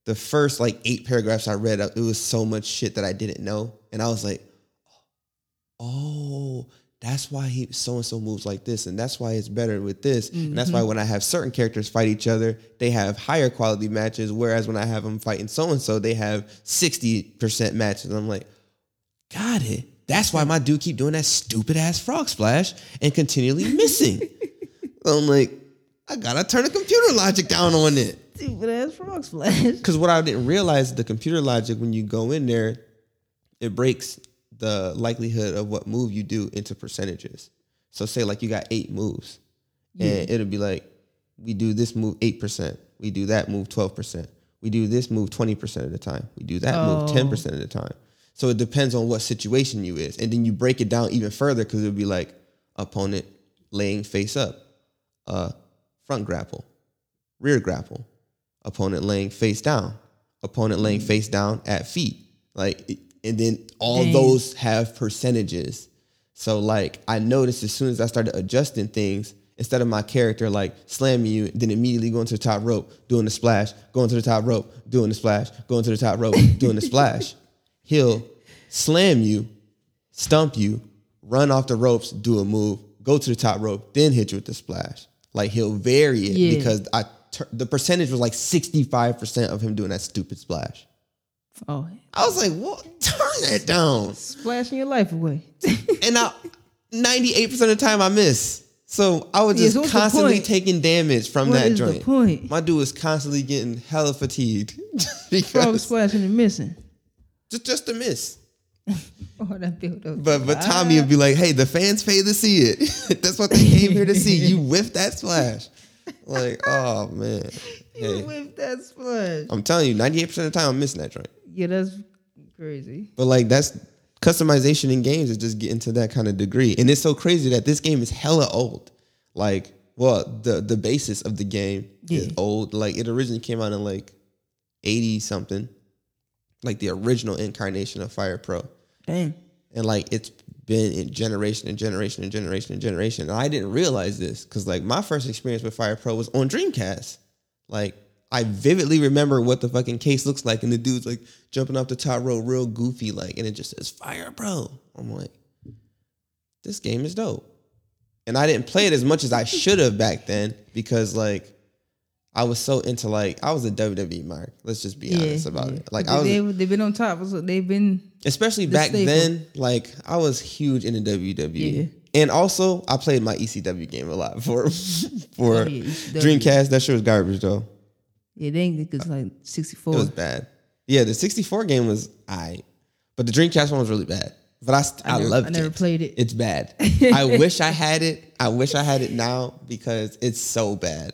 Speaker 1: the first like eight paragraphs I read, it was so much shit that I didn't know, and I was like, oh, that's why he so and so moves like this, and that's why it's better with this, and that's
Speaker 2: Mm-hmm.
Speaker 1: why when I have certain characters fight each other, they have higher quality matches, whereas when I have them fighting so and so, they have sixty percent matches. I'm like, got it. That's why my dude keep doing that stupid ass frog splash and continually missing. I'm like, I gotta turn the computer logic down on it.
Speaker 2: stupid ass frog splash.
Speaker 1: Because what I didn't realize, the computer logic, when you go in there, it breaks the likelihood of what move you do into percentages. So say like you got eight moves, and it'll be like, we do this move eight percent, we do that move twelve percent, we do this move twenty percent of the time, we do that move
Speaker 2: Oh.
Speaker 1: ten percent of the time. So it depends on what situation you is, and then you break it down even further because it'll be like opponent laying face up, uh, front grapple, rear grapple, opponent laying face down, opponent laying face down at feet. Like, it- and then all
Speaker 2: Dang.
Speaker 1: those have percentages. So, like, I noticed as soon as I started adjusting things, instead of my character like slamming you, then immediately going to the top rope, doing the splash, going to the top rope, doing the splash, going to the top rope, doing the splash, he'll slam you, stump you, run off the ropes, do a move, go to the top rope, then hit you with the splash. Like he'll vary it
Speaker 2: Yeah.
Speaker 1: because I tur- the percentage was like sixty five percent of him doing that stupid splash.
Speaker 2: *laughs* Oh,
Speaker 1: I was like, "What? Turn that
Speaker 2: *laughs*
Speaker 1: down!"
Speaker 2: splashing your life away.
Speaker 1: And I ninety eight percent of the time I miss, so I was
Speaker 2: Yeah,
Speaker 1: just
Speaker 2: so what's the
Speaker 1: constantly
Speaker 2: point?
Speaker 1: taking damage from
Speaker 2: What
Speaker 1: that
Speaker 2: is the
Speaker 1: joint.
Speaker 2: *laughs* point?
Speaker 1: My dude was constantly getting hella fatigued *laughs*
Speaker 2: frog
Speaker 1: because
Speaker 2: splashing and missing.
Speaker 1: just just a miss.
Speaker 2: *laughs* Oh, that built up.
Speaker 1: But but Tommy would be like, "Hey, the fans paid to see it. *laughs* That's what they came here to see. You
Speaker 2: *laughs*
Speaker 1: whiffed that splash." Like, oh man,
Speaker 2: *laughs* You
Speaker 1: hey,
Speaker 2: whipped that splash.
Speaker 1: I'm telling you, 98 percent of the time I'm missing that joint.
Speaker 2: Yeah, that's crazy.
Speaker 1: But like that's customization in games is just getting to that kind of degree, and it's so crazy that this game is hella old. Like, well, the the basis of the game is
Speaker 2: Yeah.
Speaker 1: old. Like, it originally came out in like 80 something, like the original incarnation of Fire Pro.
Speaker 2: Damn.
Speaker 1: and like it's been in generation and generation and generation and generation. And I didn't realize this because like my first experience with Fire Pro was on Dreamcast. Like I vividly remember what the fucking case looks like, and the dude's like jumping off the top row, real goofy, like, and it just says Fire Pro. I'm like, this game is dope. And I didn't play it as much as I should have back then because like I was so into like I was a WWE mark. Let's just be honest about it. Like
Speaker 2: But
Speaker 1: I was,
Speaker 2: they, they've been on top. So they've been
Speaker 1: especially
Speaker 2: the
Speaker 1: back
Speaker 2: staple.
Speaker 1: then. Like I was huge into WWE,
Speaker 2: Yeah.
Speaker 1: and also I played my ECW game a lot for *laughs* for
Speaker 2: Oh, yeah, ECW.
Speaker 1: Dreamcast. That shit was garbage though.
Speaker 2: yeah, they ain't because like sixty four.
Speaker 1: It was bad. Yeah, the 64 game was I, but the Dreamcast one was really bad. But I, st- I,
Speaker 2: never-
Speaker 1: loved
Speaker 2: I never
Speaker 1: it.
Speaker 2: played it.
Speaker 1: It's
Speaker 2: *laughs*
Speaker 1: bad. I wish I had it. I wish I had it now because it's so bad.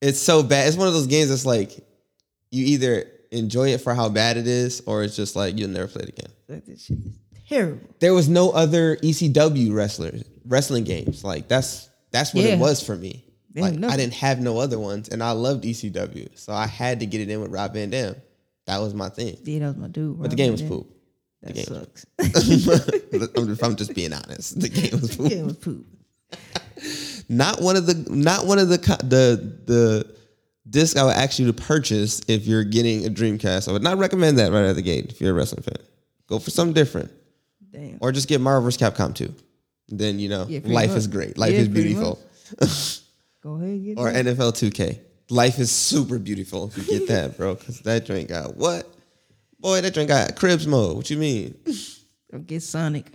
Speaker 1: It's so bad. It's one of those games that's like you either enjoy it for how bad it is, or it's just like you'll never play it again.
Speaker 2: Like, this shit is terrible.
Speaker 1: There was no other E ECW wrestlers wrestling games. Like that's that's what
Speaker 2: Yeah.
Speaker 1: it was for me.
Speaker 2: They
Speaker 1: like
Speaker 2: ain't
Speaker 1: I
Speaker 2: nothing.
Speaker 1: didn't have no other ones, and I loved ECW, so I had to get it in with Rob Van Dam. That was my thing.
Speaker 2: Yeah, that was my dude.
Speaker 1: But the game was poop. *laughs*
Speaker 2: That
Speaker 1: game was
Speaker 2: sucks.
Speaker 1: I'm, just, I'm just being honest. The game
Speaker 2: *laughs*
Speaker 1: was
Speaker 2: the
Speaker 1: poop.
Speaker 2: game was poop.
Speaker 1: Not one of the not one of the co- the the disc I would ask you to purchase if you're getting a Dreamcast. I would not recommend that right out of the gate if you're a wrestling fan. Go for something different,
Speaker 2: Damn.
Speaker 1: or just get Marvel vs. Capcom 2. Then you know
Speaker 2: Yeah, pretty
Speaker 1: life
Speaker 2: much.
Speaker 1: is great. Life
Speaker 2: Yeah,
Speaker 1: is
Speaker 2: pretty
Speaker 1: beautiful.
Speaker 2: Go ahead and get
Speaker 1: Or
Speaker 2: it.
Speaker 1: NFL 2K. Life is super beautiful if you get that, bro. Because that drink got what? Boy, that drink got cribs mode. What you mean?
Speaker 2: Or get Sonic.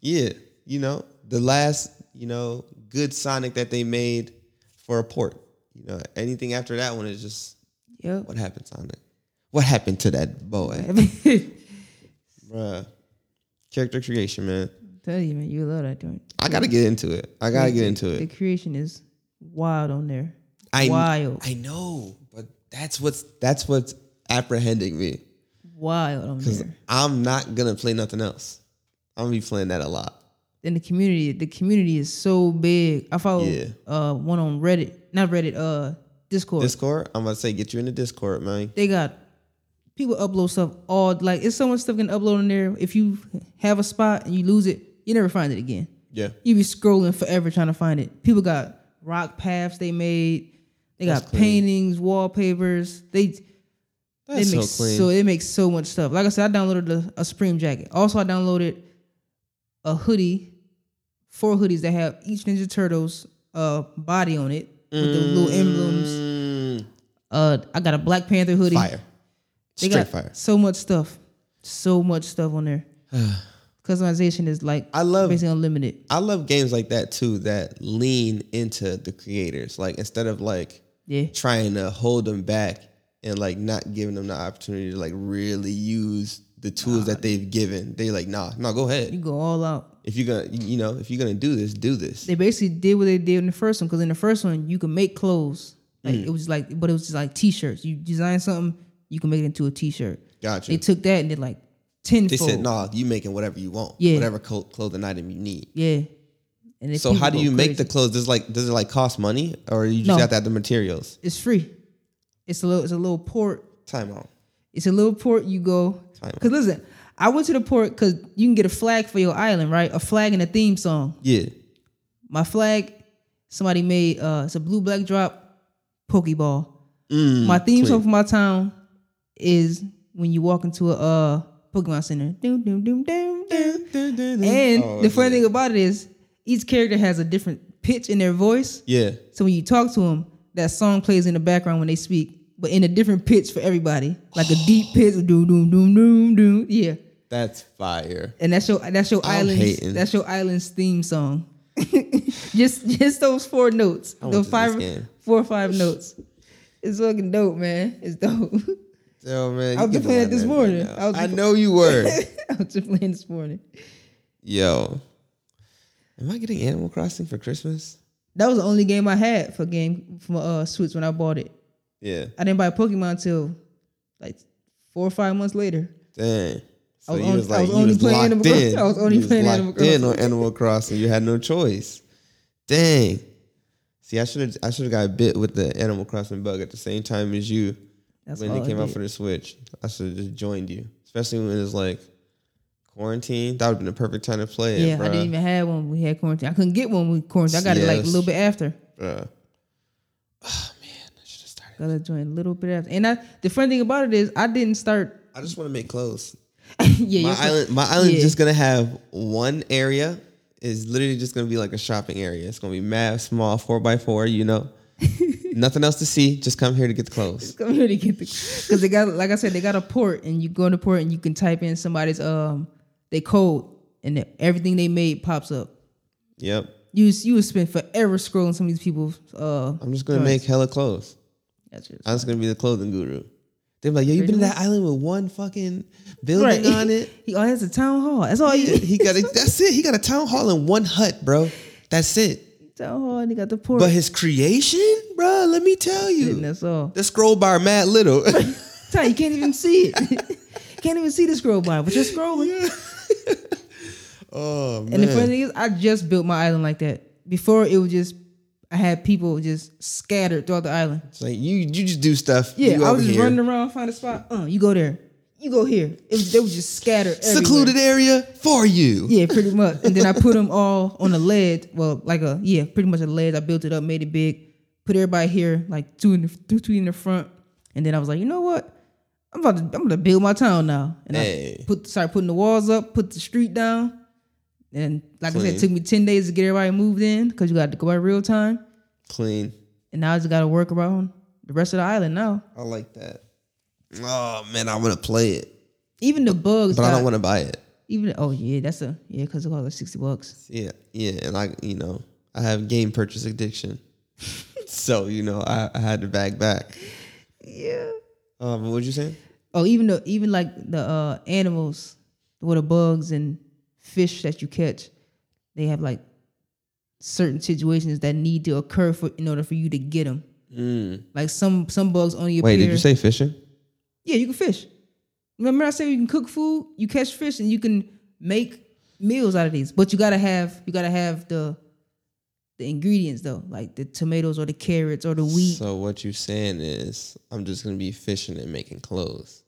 Speaker 1: Yeah, you know, the last, you know, good Sonic that they made for a port. You know, anything after that one is just
Speaker 2: Yep. *laughs*
Speaker 1: what happened, Sonic? What happened to that boy? Bruh. Character creation, man.
Speaker 2: Tell you, man, you love that joint.
Speaker 1: I gotta get into it. I gotta get into
Speaker 2: The
Speaker 1: it.
Speaker 2: creation is wild on there.
Speaker 1: I
Speaker 2: wild,
Speaker 1: I know, but that's what's that's what's apprehending me.
Speaker 2: wild on
Speaker 1: Because
Speaker 2: there.
Speaker 1: I'm not gonna play nothing else. I'm gonna be playing that a lot.
Speaker 2: And the community, the community is so big. I follow
Speaker 1: Yeah.
Speaker 2: uh one on Reddit, not Reddit, uh Discord.
Speaker 1: Discord, I'm gonna say get you in the Discord, man.
Speaker 2: they got people upload stuff all like it's so much stuff can upload on there. If you have a spot and you lose it, you never find it again.
Speaker 1: Yeah.
Speaker 2: You be scrolling forever trying to find it. People got rock paths they made. They got
Speaker 1: That's clean.
Speaker 2: paintings, wallpapers. They
Speaker 1: That's
Speaker 2: it
Speaker 1: so
Speaker 2: makes
Speaker 1: clean.
Speaker 2: it makes so much stuff. Like I said, I downloaded a, a Supreme jacket. Also, I downloaded a hoodie, four hoodies that have each Ninja Turtles uh body on it with the little emblems.
Speaker 1: Mm,
Speaker 2: Uh, I got a Black Panther hoodie.
Speaker 1: fire.
Speaker 2: They
Speaker 1: Straight
Speaker 2: got
Speaker 1: fire.
Speaker 2: So much stuff. So much stuff on
Speaker 1: *sighs*
Speaker 2: there. Customization is like
Speaker 1: I love-
Speaker 2: basically unlimited.
Speaker 1: I love games like that too that lean into the creators. Like instead of like
Speaker 2: Yeah.
Speaker 1: trying to hold them back and like not giving them the opportunity to like really use the tools that they've given, they like nah, no, go
Speaker 2: You
Speaker 1: ahead.
Speaker 2: go all out.
Speaker 1: If you're gonna, you know, if you're gonna do this, do this.
Speaker 2: They basically did what they did in the first one because in the first one you could make clothes. Like
Speaker 1: Mm.
Speaker 2: it was like, but it was just like t-shirts. You design something, you can make it into a t-shirt.
Speaker 1: Gotcha.
Speaker 2: They
Speaker 1: They,
Speaker 2: took that and did like tenfold.
Speaker 1: said nah, you making whatever you want,
Speaker 2: Yeah.
Speaker 1: whatever co- clothing item you need.
Speaker 2: Yeah. And
Speaker 1: So how do you make the clothes? Does like does it like cost money or you just
Speaker 2: No.
Speaker 1: have to have the materials?
Speaker 2: It's free. It's a little. It's a little port.
Speaker 1: Time out.
Speaker 2: It's a little port you go. Cause listen, I went to the port because you can get a flag for your island, right? A flag and a theme song.
Speaker 1: Yeah.
Speaker 2: My flag, somebody made. uh It's a blue black drop, pokeball.
Speaker 1: Mm,
Speaker 2: my theme song for my town is when you walk into a uh, Pokemon Center. Doom doom doom doom doom. And
Speaker 1: Oh,
Speaker 2: the funny thing about it is, each character has a different pitch in their voice.
Speaker 1: Yeah.
Speaker 2: So when you talk to them, that song plays in the background when they speak, but in a different pitch for everybody, like a
Speaker 1: *sighs*
Speaker 2: deep pitch, doom doom doom doom doom. Yeah,
Speaker 1: That's fire.
Speaker 2: and that's your that's your
Speaker 1: I'm
Speaker 2: island's
Speaker 1: hating.
Speaker 2: that's your island's theme song. *laughs* just just those four notes,
Speaker 1: want
Speaker 2: the
Speaker 1: to this
Speaker 2: five
Speaker 1: game.
Speaker 2: four or five notes. It's fucking dope, man. It's dope. *laughs*
Speaker 1: Oh man,
Speaker 2: I was
Speaker 1: you get
Speaker 2: just playing
Speaker 1: the
Speaker 2: it this
Speaker 1: one
Speaker 2: morning.
Speaker 1: right now.
Speaker 2: I was
Speaker 1: I
Speaker 2: just-
Speaker 1: know you were.
Speaker 2: *laughs* I was just playing this morning.
Speaker 1: Yo, am I getting Animal Crossing for Christmas?
Speaker 2: That was the only game I had for game for uh, Switch when I bought it.
Speaker 1: Yeah.
Speaker 2: I didn't buy Pokemon till like four or five months later.
Speaker 1: Dang.
Speaker 2: I
Speaker 1: So
Speaker 2: was
Speaker 1: you
Speaker 2: only-
Speaker 1: was
Speaker 2: I
Speaker 1: like
Speaker 2: was
Speaker 1: you
Speaker 2: only
Speaker 1: was
Speaker 2: playing
Speaker 1: locked
Speaker 2: Animal
Speaker 1: in.
Speaker 2: Crossing. I was only
Speaker 1: You was
Speaker 2: playing Animal
Speaker 1: locked in on Animal Crossing. You had no choice. Dang. See, I should have I should have got bit with the Animal Crossing bug at the same time as you
Speaker 2: That's
Speaker 1: when
Speaker 2: all
Speaker 1: it
Speaker 2: I
Speaker 1: came out
Speaker 2: did.
Speaker 1: for the Switch. I should have just joined you, especially when it's like quarantine. That would have been the perfect time to play it,
Speaker 2: Yeah,
Speaker 1: bro.
Speaker 2: I didn't even have one. when We had quarantine. I couldn't get one with quarantine. I got it like a
Speaker 1: Yes.
Speaker 2: little bit after.
Speaker 1: Bruh. *sighs* Oh man, I should have started.
Speaker 2: Got it joined a little bit after. And I, the funny thing about it is, I didn't start. *laughs*
Speaker 1: I just want to make clothes.
Speaker 2: yeah,
Speaker 1: My
Speaker 2: your-
Speaker 1: island, my island's
Speaker 2: yeah.
Speaker 1: just gonna have one area.
Speaker 2: *laughs*
Speaker 1: Is literally just gonna be like a shopping area. It's gonna be mad small, four by four. You know, Nothing else to see. Just come here to get the clothes.
Speaker 2: *laughs* Come here to get the *laughs* because they got like I said they got a port and you go in the port and you can type in somebody's um they code and then everything they made pops up.
Speaker 1: Yep.
Speaker 2: You was- you would spend forever scrolling some of these people's uh.
Speaker 1: I'm just gonna make hella clothes.
Speaker 2: that's it.
Speaker 1: I'm just gonna be the clothing guru. They're like, yo, you been to that island with one fucking building on it.
Speaker 2: *laughs* He all has a town hall. That's all you
Speaker 1: He got a, that's it. He got a town hall and one hut, bro. That's it.
Speaker 2: town hall and he got the port.
Speaker 1: But his creation, bro, let me tell
Speaker 2: and
Speaker 1: you.
Speaker 2: that's all.
Speaker 1: The scroll bar
Speaker 2: *laughs*
Speaker 1: mad little. *laughs*
Speaker 2: Ty, you can't even see it. *laughs* can't even see the scroll bar, but you're scrolling.
Speaker 1: oh man.
Speaker 2: And the funny thing is, I just built my island like that. Before it was just, I had people just scattered throughout the island.
Speaker 1: It's like you you just do stuff.
Speaker 2: Yeah,
Speaker 1: you
Speaker 2: I
Speaker 1: over
Speaker 2: was just
Speaker 1: here.
Speaker 2: running around, find a spot. Uh, you go there, you go here. It was, they were just scattered, everywhere.
Speaker 1: secluded area for you.
Speaker 2: Yeah, pretty much. And then I put them all on a lead. Well, like a yeah, pretty much a lead. I built it up, made it big. Put everybody here, like two in the two, two in the front. And then I was like, you know what? I'm about to I'm gonna build my town now. And
Speaker 1: Hey.
Speaker 2: I put started putting the walls up, put the street down. And like I said,
Speaker 1: Clean.
Speaker 2: it took me ten days to get everybody moved in because you got to go by real time.
Speaker 1: Clean.
Speaker 2: And now I just got to work around the rest of the island now.
Speaker 1: I like that. Oh man, I want to play it,
Speaker 2: Even the bugs,
Speaker 1: but I don't
Speaker 2: got-
Speaker 1: want to buy it.
Speaker 2: even oh yeah, that's a yeah because it costs like sixty bucks.
Speaker 1: Yeah, yeah, and I, you know, I have game purchase addiction, *laughs* so you know, I, I had to back back.
Speaker 2: Yeah.
Speaker 1: Uh, but what you saying?
Speaker 2: Oh, even the even like the uh, animals, with the bugs and fish that you catch, they have like certain situations that need to occur for in order for you to get them. Like some some bugs only appear.
Speaker 1: Wait, did you say fishing?
Speaker 2: Yeah, you can fish. Remember I said you can cook food, you catch fish, and you can make meals out of these. But you gotta have you gotta have the the ingredients though, like the tomatoes or the carrots or the wheat.
Speaker 1: So what you saying is, I'm just gonna be fishing and making clothes.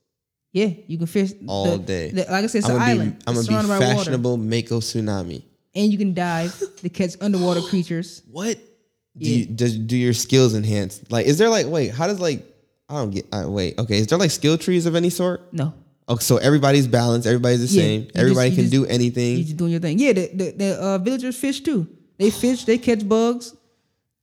Speaker 2: yeah, you can fish
Speaker 1: All
Speaker 2: the-
Speaker 1: day.
Speaker 2: the- like I said, it's
Speaker 1: I'm
Speaker 2: an
Speaker 1: gonna
Speaker 2: island.
Speaker 1: be, I'm
Speaker 2: It's
Speaker 1: gonna be
Speaker 2: surrounded by water.
Speaker 1: fashionable Mako tsunami.
Speaker 2: and you can dive to catch underwater creatures.
Speaker 1: What? Do you, does do your skills enhance? Like, is there like wait? How does like I don't get uh, wait? Okay, is there like skill trees of any sort?
Speaker 2: No,
Speaker 1: Okay, so everybody's balanced. Everybody's the
Speaker 2: Yeah,
Speaker 1: same.
Speaker 2: you just-
Speaker 1: Everybody
Speaker 2: you
Speaker 1: can
Speaker 2: just-
Speaker 1: do
Speaker 2: you
Speaker 1: anything.
Speaker 2: just doing your thing. Yeah, the the, the uh, villagers fish too. They fish, they catch bugs.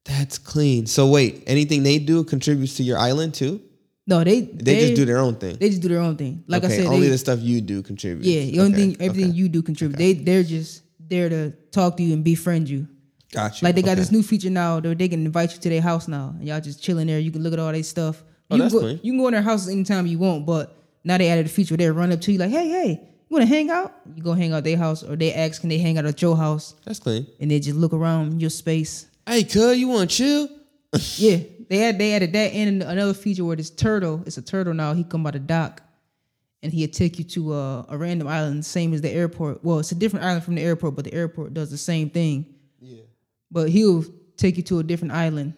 Speaker 1: That's clean. So wait, anything they do contributes to your island too.
Speaker 2: No, they
Speaker 1: They, just do their own thing.
Speaker 2: They just do their own thing. Like
Speaker 1: okay,
Speaker 2: I said,
Speaker 1: only
Speaker 2: they,
Speaker 1: the stuff you do contributes.
Speaker 2: yeah, the only
Speaker 1: Okay,
Speaker 2: thing, everything
Speaker 1: okay.
Speaker 2: you do contribute. They they're just there to talk to you and befriend you.
Speaker 1: got you.
Speaker 2: Like they got
Speaker 1: Okay.
Speaker 2: this new feature now, where they can invite you to their house now, and y'all just chilling there. You can look at all their stuff.
Speaker 1: Oh,
Speaker 2: you,
Speaker 1: that's
Speaker 2: can go,
Speaker 1: clean.
Speaker 2: you can go in their houses anytime you want, but now they added a feature. They run up to you like, "Hey, hey, you want to hang out? You go hang out their house, or they ask, can they hang out at your house?"
Speaker 1: That's clean.
Speaker 2: and they just look around your space.
Speaker 1: Hey, cuz, you want to chill?
Speaker 2: Yeah, they had they added that and another feature where this turtle, it's a turtle now. He come by the dock, and he'll take you to a, a random island, same as the airport. Well, it's a different island from the airport, but the airport does the same thing. Yeah. But he'll take you to a different island,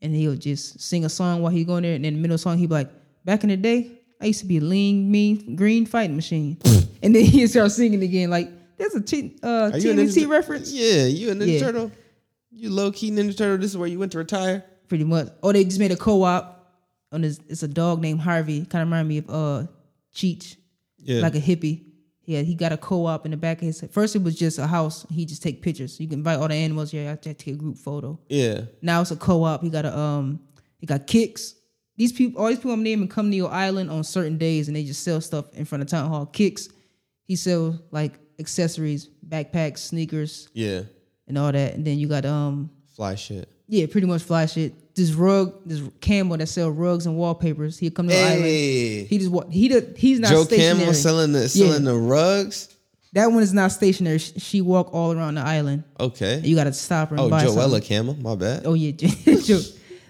Speaker 2: and he'll just sing a song while he going there, and in the middle of the song he'll be like, "Back in the day, I used to be a lean, mean, green fighting machine," *laughs* and then he'll start singing again like. That's a t- uh,
Speaker 1: Are you a
Speaker 2: TNT
Speaker 1: Ninja-
Speaker 2: reference.
Speaker 1: Yeah, you a Ninja
Speaker 2: Yeah.
Speaker 1: Turtle. You low key Ninja Turtle. This is where you went to retire.
Speaker 2: pretty much. Or they just made a co-op on this. It's a dog named Harvey. Kind of remind me of uh Cheech,
Speaker 1: Yeah.
Speaker 2: like a hippie. Yeah, he got a co-op in the back of his. First, it was just a house. He just take pictures. You can invite all the animals. Yeah, I have to take a group photo.
Speaker 1: yeah.
Speaker 2: Now it's a co-op. He got a um, he got kicks. These people, all these people I'm naming, come to your island on certain days, and they just sell stuff in front of town hall. Kicks, he sells like accessories, backpacks, sneakers,
Speaker 1: Yeah.
Speaker 2: and all that. And then you got um,
Speaker 1: Fly shit.
Speaker 2: yeah, pretty much fly shit. This rug, this Campbell that sell rugs and wallpapers. He'll come to the island.
Speaker 1: Hey.
Speaker 2: He just wa- he do- he's not
Speaker 1: Joe
Speaker 2: stationary.
Speaker 1: Camel selling the selling the rugs.
Speaker 2: that one is not stationary. Sh- She walk all around the island.
Speaker 1: Okay.
Speaker 2: You gotta stop her and
Speaker 1: Oh,
Speaker 2: buy
Speaker 1: Joella
Speaker 2: something.
Speaker 1: Camel. My bad.
Speaker 2: Oh yeah, *laughs* Joe.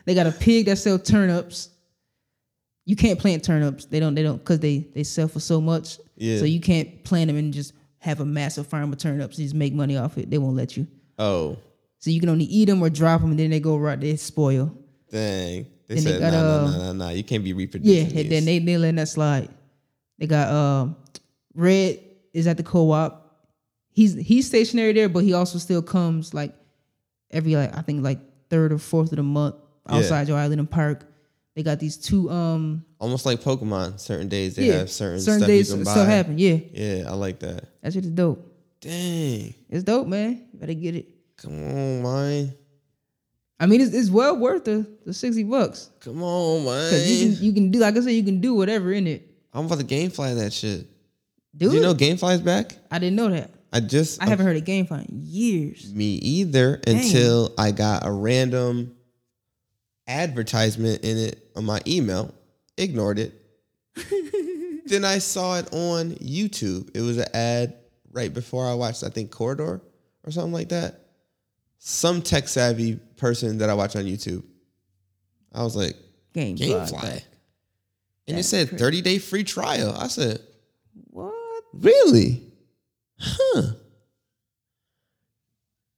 Speaker 2: They got a pig that sell turnips. You can't plant turnips. They don't. They don't because they they sell for so much.
Speaker 1: Yeah.
Speaker 2: So you can't plant them and just have a massive farm of turnips and just make money off it. They won't let you.
Speaker 1: Oh,
Speaker 2: So you can only eat them or drop them, and then they go right. They spoil.
Speaker 1: dang. They
Speaker 2: Then they
Speaker 1: said, no,
Speaker 2: got,
Speaker 1: no,
Speaker 2: um,
Speaker 1: no, no, no. You can't be
Speaker 2: Yeah,
Speaker 1: reproducing.
Speaker 2: and
Speaker 1: these."
Speaker 2: then they they letting that slide. They got um Red is at the co-op. He's he's stationary there, but he also still comes like every like I think like third or fourth of the month
Speaker 1: Yeah.
Speaker 2: outside your island and park. They got these two um
Speaker 1: Almost like Pokemon. Certain days they
Speaker 2: yeah,
Speaker 1: have certain, stuff you can buy.
Speaker 2: stuff happen. Yeah,
Speaker 1: Yeah, I like that.
Speaker 2: that shit is dope.
Speaker 1: Dang.
Speaker 2: It's dope, man. You better get it.
Speaker 1: Come on, man.
Speaker 2: I mean, it's, it's well worth the, the sixty bucks.
Speaker 1: Come on, man.
Speaker 2: 'Cause you can you can do like I said, you can do whatever in it.
Speaker 1: I'm about to gamefly that shit.
Speaker 2: Dude,
Speaker 1: Do you know Gamefly's back?
Speaker 2: I didn't know that.
Speaker 1: I just
Speaker 2: I haven't heard of GameFi in
Speaker 1: *laughs*
Speaker 2: years. *laughs*
Speaker 1: me either until I got a random advertisement in it on my email. Ignored it. then I saw it on YouTube. It was an ad right before I watched, I think, Corridor or something like that. Some tech savvy person that I watch on YouTube. I was like,
Speaker 2: GameFi.
Speaker 1: Gamefly. And it
Speaker 2: That's
Speaker 1: said
Speaker 2: crazy.
Speaker 1: 30 day free trial. I said,
Speaker 2: What?
Speaker 1: Really? Huh.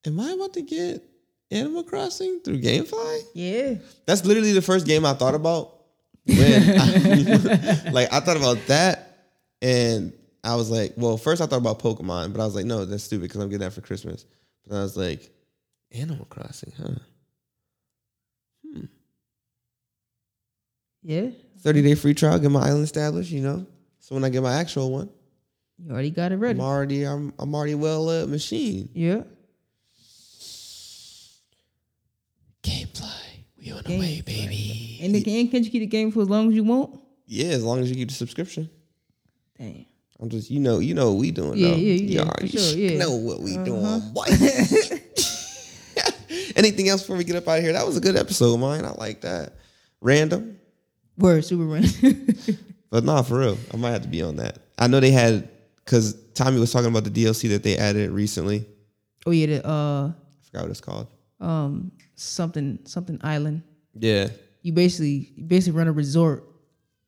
Speaker 1: Am I about to get Animal Crossing through Gamefly?
Speaker 2: Yeah.
Speaker 1: That's literally the first game I thought about. When I- *laughs* like I thought about that and I was like, well, first I thought about Pokemon, but I was like, no, that's stupid because I'm getting that for Christmas. But I was like, Animal Crossing, huh?
Speaker 2: Yeah.
Speaker 1: 30 day free trial, get my island established, you know? So when I get my actual one,
Speaker 2: You already got it ready.
Speaker 1: I'm already I'm, I'm already well uh, machine.
Speaker 2: yeah.
Speaker 1: Gameplay. We on
Speaker 2: the way, Gameplay.
Speaker 1: baby.
Speaker 2: And then can, can you keep the game for as long as you want?
Speaker 1: yeah, as long as you keep the subscription.
Speaker 2: Damn.
Speaker 1: I'm just you know, you know what we doing
Speaker 2: Yeah,
Speaker 1: though.
Speaker 2: yeah, yeah,
Speaker 1: Y'all,
Speaker 2: for
Speaker 1: you
Speaker 2: sure, yeah.
Speaker 1: know what *laughs* we
Speaker 2: Uh-huh.
Speaker 1: doing, boy. Anything else before we get up out of here? That was a good episode, mine. I like that. Random.
Speaker 2: Word, super random.
Speaker 1: But nah, for real. I might have to be on that. I know they had cause Tommy was talking about the DLC that they added recently.
Speaker 2: *laughs* oh yeah, the uh
Speaker 1: I forgot what it's called.
Speaker 2: um something something island.
Speaker 1: Yeah.
Speaker 2: You basically you basically run a resort.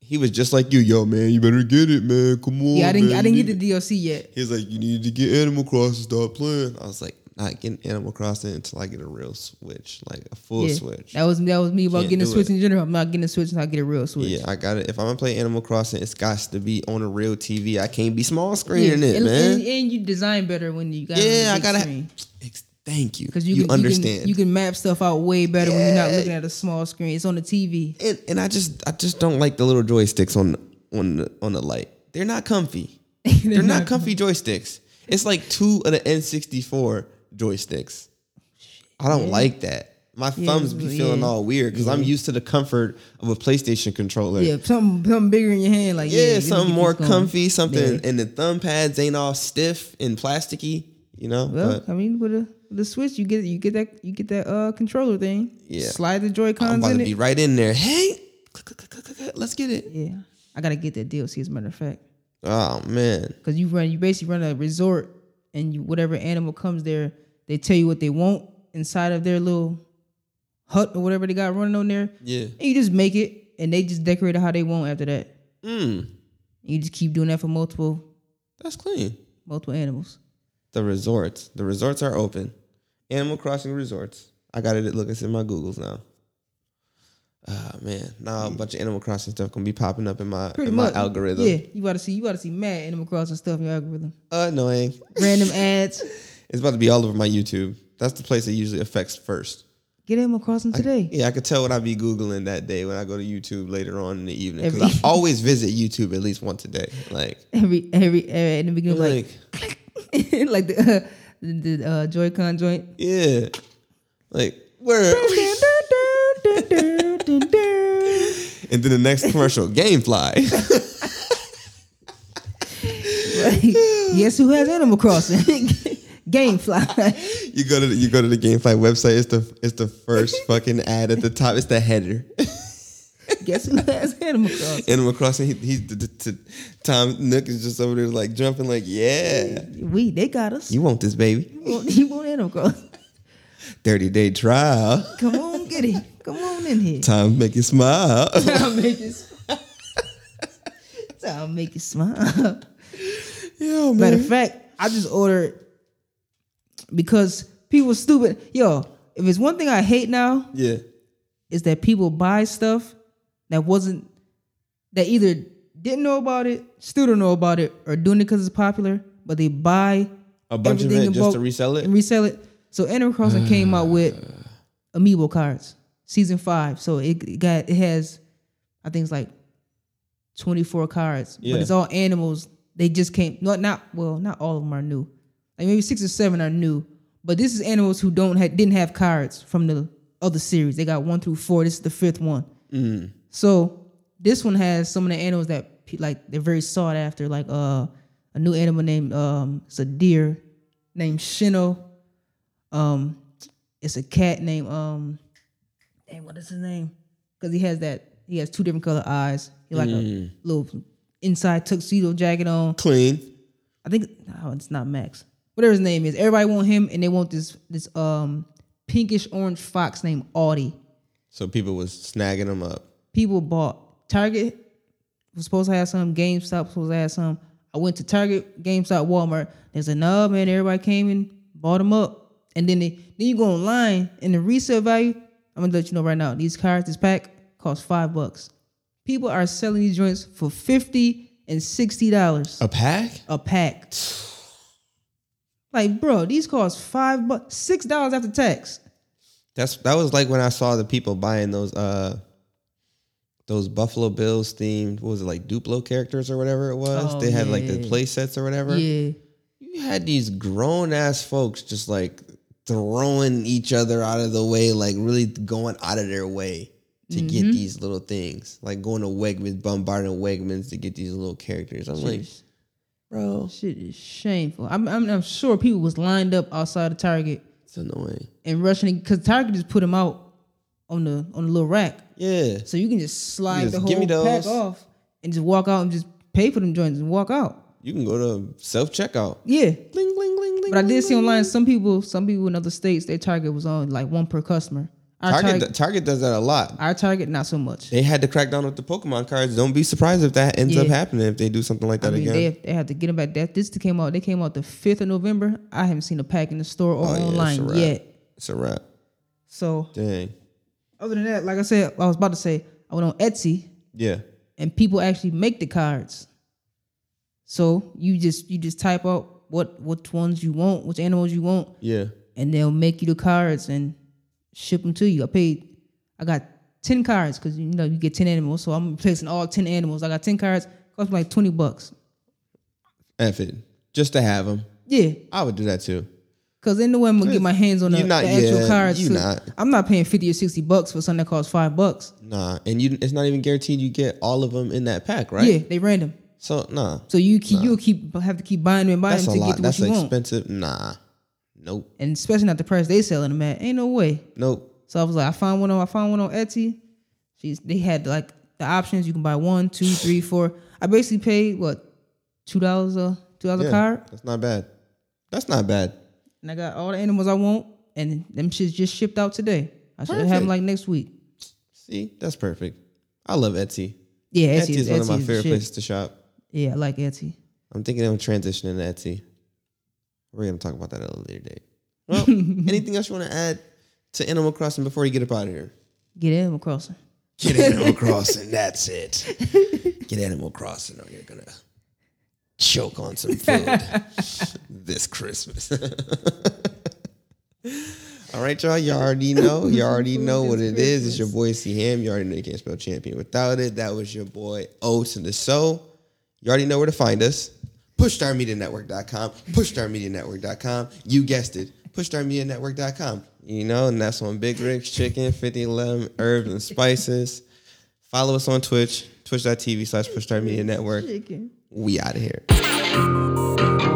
Speaker 1: He was just like you, yo, man, you better get it, man. Come on.
Speaker 2: Yeah, I didn't
Speaker 1: man.
Speaker 2: I
Speaker 1: You
Speaker 2: didn't
Speaker 1: need
Speaker 2: get
Speaker 1: it."
Speaker 2: the DLC yet.
Speaker 1: He's like, you need to get Animal Crossing, start playing. I was like, not getting Animal Crossing until I get a real Switch, like a full
Speaker 2: Yeah.
Speaker 1: Switch.
Speaker 2: That was that was me about
Speaker 1: Can't
Speaker 2: getting a
Speaker 1: do
Speaker 2: switch
Speaker 1: it.
Speaker 2: in general. I'm not getting a switch until I get a real switch.
Speaker 1: Yeah, I got it. If I'm gonna play Animal Crossing, it's got to be on a real TV. I can't be small
Speaker 2: Yeah,
Speaker 1: screening it,
Speaker 2: and,
Speaker 1: man.
Speaker 2: and- and you design better when you got it on the
Speaker 1: yeah, I
Speaker 2: big
Speaker 1: gotta.
Speaker 2: screen.
Speaker 1: Ex- thank you.
Speaker 2: Cause
Speaker 1: you,
Speaker 2: can-
Speaker 1: understand.
Speaker 2: can, you can map stuff out way better when you're not
Speaker 1: Yeah.
Speaker 2: looking at a small screen. It's on the TV.
Speaker 1: and, and I just, I just don't like the little joysticks on, on, the, on the light. They're not comfy. They're, not, comfy joysticks. It's like two of the N64 joysticks. I don't like that. My thumbs be
Speaker 2: yeah.
Speaker 1: feeling all weird because I'm used to the comfort of a PlayStation
Speaker 2: *laughs*
Speaker 1: controller.
Speaker 2: Yeah, something something bigger in your hand, like yeah,
Speaker 1: yeah,
Speaker 2: let me
Speaker 1: something
Speaker 2: get
Speaker 1: more
Speaker 2: this going.
Speaker 1: comfy, something,
Speaker 2: Yeah.
Speaker 1: and the thumb pads ain't all stiff and plasticky, you know.
Speaker 2: Well,
Speaker 1: but
Speaker 2: I mean, with a with a switch, you get you get that you get that uh controller thing.
Speaker 1: Yeah.
Speaker 2: slide the Joy
Speaker 1: I'm
Speaker 2: Cons
Speaker 1: about
Speaker 2: in
Speaker 1: to
Speaker 2: it.
Speaker 1: be right in there. Hey, click, click, click, click, click, click, let's get it.
Speaker 2: yeah, I gotta get that DLC as a matter of fact,
Speaker 1: Oh man,
Speaker 2: because you run you basically run a resort, and you whatever animal comes there, they tell you what they want inside of their little hut or whatever they got running on there,
Speaker 1: yeah.
Speaker 2: and you just make it, and they just decorate it how they want after that.
Speaker 1: Mm,
Speaker 2: You just keep doing that for multiple
Speaker 1: that's clean.
Speaker 2: multiple animals.
Speaker 1: The resorts, the resorts are open. Animal Crossing resorts. I got it. Look, it's in my Google's now. Ah man, now a bunch of Animal Crossing stuff gonna be popping up in my
Speaker 2: Pretty
Speaker 1: in my
Speaker 2: much
Speaker 1: algorithm.
Speaker 2: Yeah, you gotta see you gotta see mad Animal Crossing stuff in your algorithm.
Speaker 1: Annoying. *laughs*
Speaker 2: Random ads.
Speaker 1: It's about to be all over my YouTube. That's the place it usually affects first.
Speaker 2: Get Animal Crossing today.
Speaker 1: Yeah, I could tell what I'd be googling that day when I go to YouTube later on in the evening because
Speaker 2: Every-
Speaker 1: I always visit YouTube at least once a day. Like,
Speaker 2: every every uh, in the beginning like
Speaker 1: like,
Speaker 2: click, *laughs* like the uh, the the, uh, Joy-Con
Speaker 1: *laughs*
Speaker 2: joint.
Speaker 1: yeah, like where? *laughs* and then the next commercial, GameFly. *laughs*
Speaker 2: Guess who has Animal Crossing? *laughs* Gamefly.
Speaker 1: you go to the, you go to the GameFly website. It's the it's the *laughs* first fucking ad at the top. It's the *laughs* header.
Speaker 2: *laughs* Guess who has Animal Crossing?
Speaker 1: Animal Crossing. He, he the, the, the- Tom Nook is just over there like jumping like, yeah,
Speaker 2: We they got us. You
Speaker 1: you want this baby?
Speaker 2: want, you want Animal Crossing? *laughs*
Speaker 1: Thirty day trial.
Speaker 2: Come on, get it. Come on in here.
Speaker 1: Time to make you smile. *laughs*
Speaker 2: I'll make you. smile. I'll make you smile.
Speaker 1: yeah, man.
Speaker 2: Matter of fact, I just ordered because people stupid. Yo, if it's one thing I hate now
Speaker 1: Yeah.
Speaker 2: is that people buy stuff that wasn't that either didn't know about it, still don't know about it, or doing it because it's popular, but they buy
Speaker 1: A bunch of
Speaker 2: everything
Speaker 1: it
Speaker 2: in
Speaker 1: just
Speaker 2: bulk
Speaker 1: to resell it.
Speaker 2: and resell it. Uh. So Animal Crossing came out with amiibo cards, season five. So it, it got it has, I think it's like twenty four cards,
Speaker 1: Yeah.
Speaker 2: but it's all animals. They just came not not well, not all of them are new. Like maybe six or seven are new, but this is animals who don't ha- didn't have cards from the other series. They got one through four. This is the fifth one. So this one has some of the animals that pe- like they're very sought after, like uh, a new animal named um, it's a deer named Shino. Um, it's a cat named um, dang, what is his name? Because he has that he has two different color eyes. He like a little inside tuxedo jacket on.
Speaker 1: Clean.
Speaker 2: I think no, it's not Max. Whatever his name is, everybody want him, and they want this this um pinkish orange fox named Audie.
Speaker 1: So people was snagging them up.
Speaker 2: People bought Target was supposed to have some, GameStop was supposed to have some. I went to Target, GameStop, Walmart. They said no, man. Everybody came and bought them up, and then they then you go online and the resale value. I'm gonna let you know right now. These cards, this pack, cost five bucks. People are selling these joints for fifty and sixty dollars
Speaker 1: A pack?
Speaker 2: a pack. Like, bro, these cost five bucks, six dollars after tax.
Speaker 1: That's that was like when I saw the people buying those uh those Buffalo Bills themed, what was it like Duplo characters or whatever it was?
Speaker 2: Oh,
Speaker 1: they had like the
Speaker 2: yeah.
Speaker 1: play sets or whatever.
Speaker 2: Yeah,
Speaker 1: You had these grown ass folks just like throwing each other out of the way, like really going out of their way to get
Speaker 2: Mm-hmm.
Speaker 1: these little things. Like going to Wegmans, bombarding Wegmans to get these little characters. I'm like, bro,
Speaker 2: shit is shameful. I'm, I'm, I'm sure people was lined up outside of Target
Speaker 1: it's annoying.
Speaker 2: and rushing because Target just put them out on the on the little rack,
Speaker 1: Yeah.
Speaker 2: so you can just slide
Speaker 1: Just
Speaker 2: the
Speaker 1: give me
Speaker 2: whole pack
Speaker 1: those.
Speaker 2: off and just walk out and just pay for them joints and walk out.
Speaker 1: You can go to self checkout.
Speaker 2: Yeah,
Speaker 1: Bling, bling, bling, bling.
Speaker 2: but I
Speaker 1: bling,
Speaker 2: did see
Speaker 1: bling.
Speaker 2: online some people, some people in other states, their Target was on like one per customer. Our
Speaker 1: Target,
Speaker 2: Target,
Speaker 1: Target does that a lot.
Speaker 2: our Target, not so much.
Speaker 1: They had to crack down with the Pokemon cards. Don't be surprised if that ends up
Speaker 2: Yeah.
Speaker 1: happening if they do something like
Speaker 2: I
Speaker 1: that
Speaker 2: mean,
Speaker 1: again.
Speaker 2: they have, they have to get them back. That this came out. They came out the fifth of November. I haven't seen a pack in the store or
Speaker 1: Oh, yeah, it's a
Speaker 2: online
Speaker 1: wrap.
Speaker 2: yet.
Speaker 1: it's a wrap.
Speaker 2: So
Speaker 1: Dang.
Speaker 2: other than that, like I said, I was about to say I went on Etsy
Speaker 1: Yeah.
Speaker 2: and people actually make the cards. So you just you just type out what which ones you want, which animals you want,
Speaker 1: Yeah.
Speaker 2: and they'll make you the cards and ship them to you. I paid, I got ten cards because you know you get ten animals. So I'm replacing all ten animals. I got ten cards, cost me like twenty bucks.
Speaker 1: F it. Just to have them.
Speaker 2: Yeah,
Speaker 1: I would do that too.
Speaker 2: Cause then the way I'm gonna get my hands on the,
Speaker 1: You're not-
Speaker 2: the actual
Speaker 1: yeah,
Speaker 2: cards.
Speaker 1: you
Speaker 2: too.
Speaker 1: not.
Speaker 2: I'm not paying fifty or sixty bucks for something that costs five bucks.
Speaker 1: Nah. And you it's not even guaranteed you get all of them in that pack, right?
Speaker 2: Yeah, they random.
Speaker 1: So nah.
Speaker 2: So you keep you'll keep have to keep buying them and buying
Speaker 1: That's a
Speaker 2: them to get
Speaker 1: lot.
Speaker 2: to
Speaker 1: That's
Speaker 2: what you want.
Speaker 1: expensive. Nah. Nope.
Speaker 2: And especially not the price they selling them at. Ain't no way.
Speaker 1: Nope.
Speaker 2: So I was like, I found one on I found one on Etsy. She's they had like the options. You can buy one, two,
Speaker 1: *sighs*
Speaker 2: three, four. I basically paid what two dollars a two dollars
Speaker 1: Yeah,
Speaker 2: a card,
Speaker 1: That's not bad. That's not bad.
Speaker 2: and I got all the animals I want, and them shits just shipped out today. I should have
Speaker 1: Perfect.
Speaker 2: them like next week.
Speaker 1: See, that's perfect. I love Etsy.
Speaker 2: Yeah,
Speaker 1: Etsy,
Speaker 2: Etsy,
Speaker 1: is one of my
Speaker 2: the
Speaker 1: favorite
Speaker 2: shit.
Speaker 1: places to shop.
Speaker 2: Yeah, I like Etsy.
Speaker 1: I'm thinking of transitioning to Etsy. We're gonna talk about that at a later date.
Speaker 2: *laughs*
Speaker 1: Well, anything else you want to add to Animal Crossing before you get up out of here?
Speaker 2: Get Animal Crossing.
Speaker 1: Get Animal Crossing. That's it. Get Animal Crossing, or you're gonna choke on some food this Christmas. *laughs* All right, y'all. You already know. You already know what it is. It's your boy C Ham. You already know you can't spell champion without it. That was your boy O to the So. You already know where to find us. PushStarMediaNetwork.com. PushStarMediaNetwork.com. You guessed it. PushStarMediaNetwork.com. You know, and that's on Big Rick's Chicken, 5011 Herbs and Spices. Follow us on Twitch, twitch.tv slash PushStarMediaNetwork.
Speaker 2: Chicken.
Speaker 1: We out of here.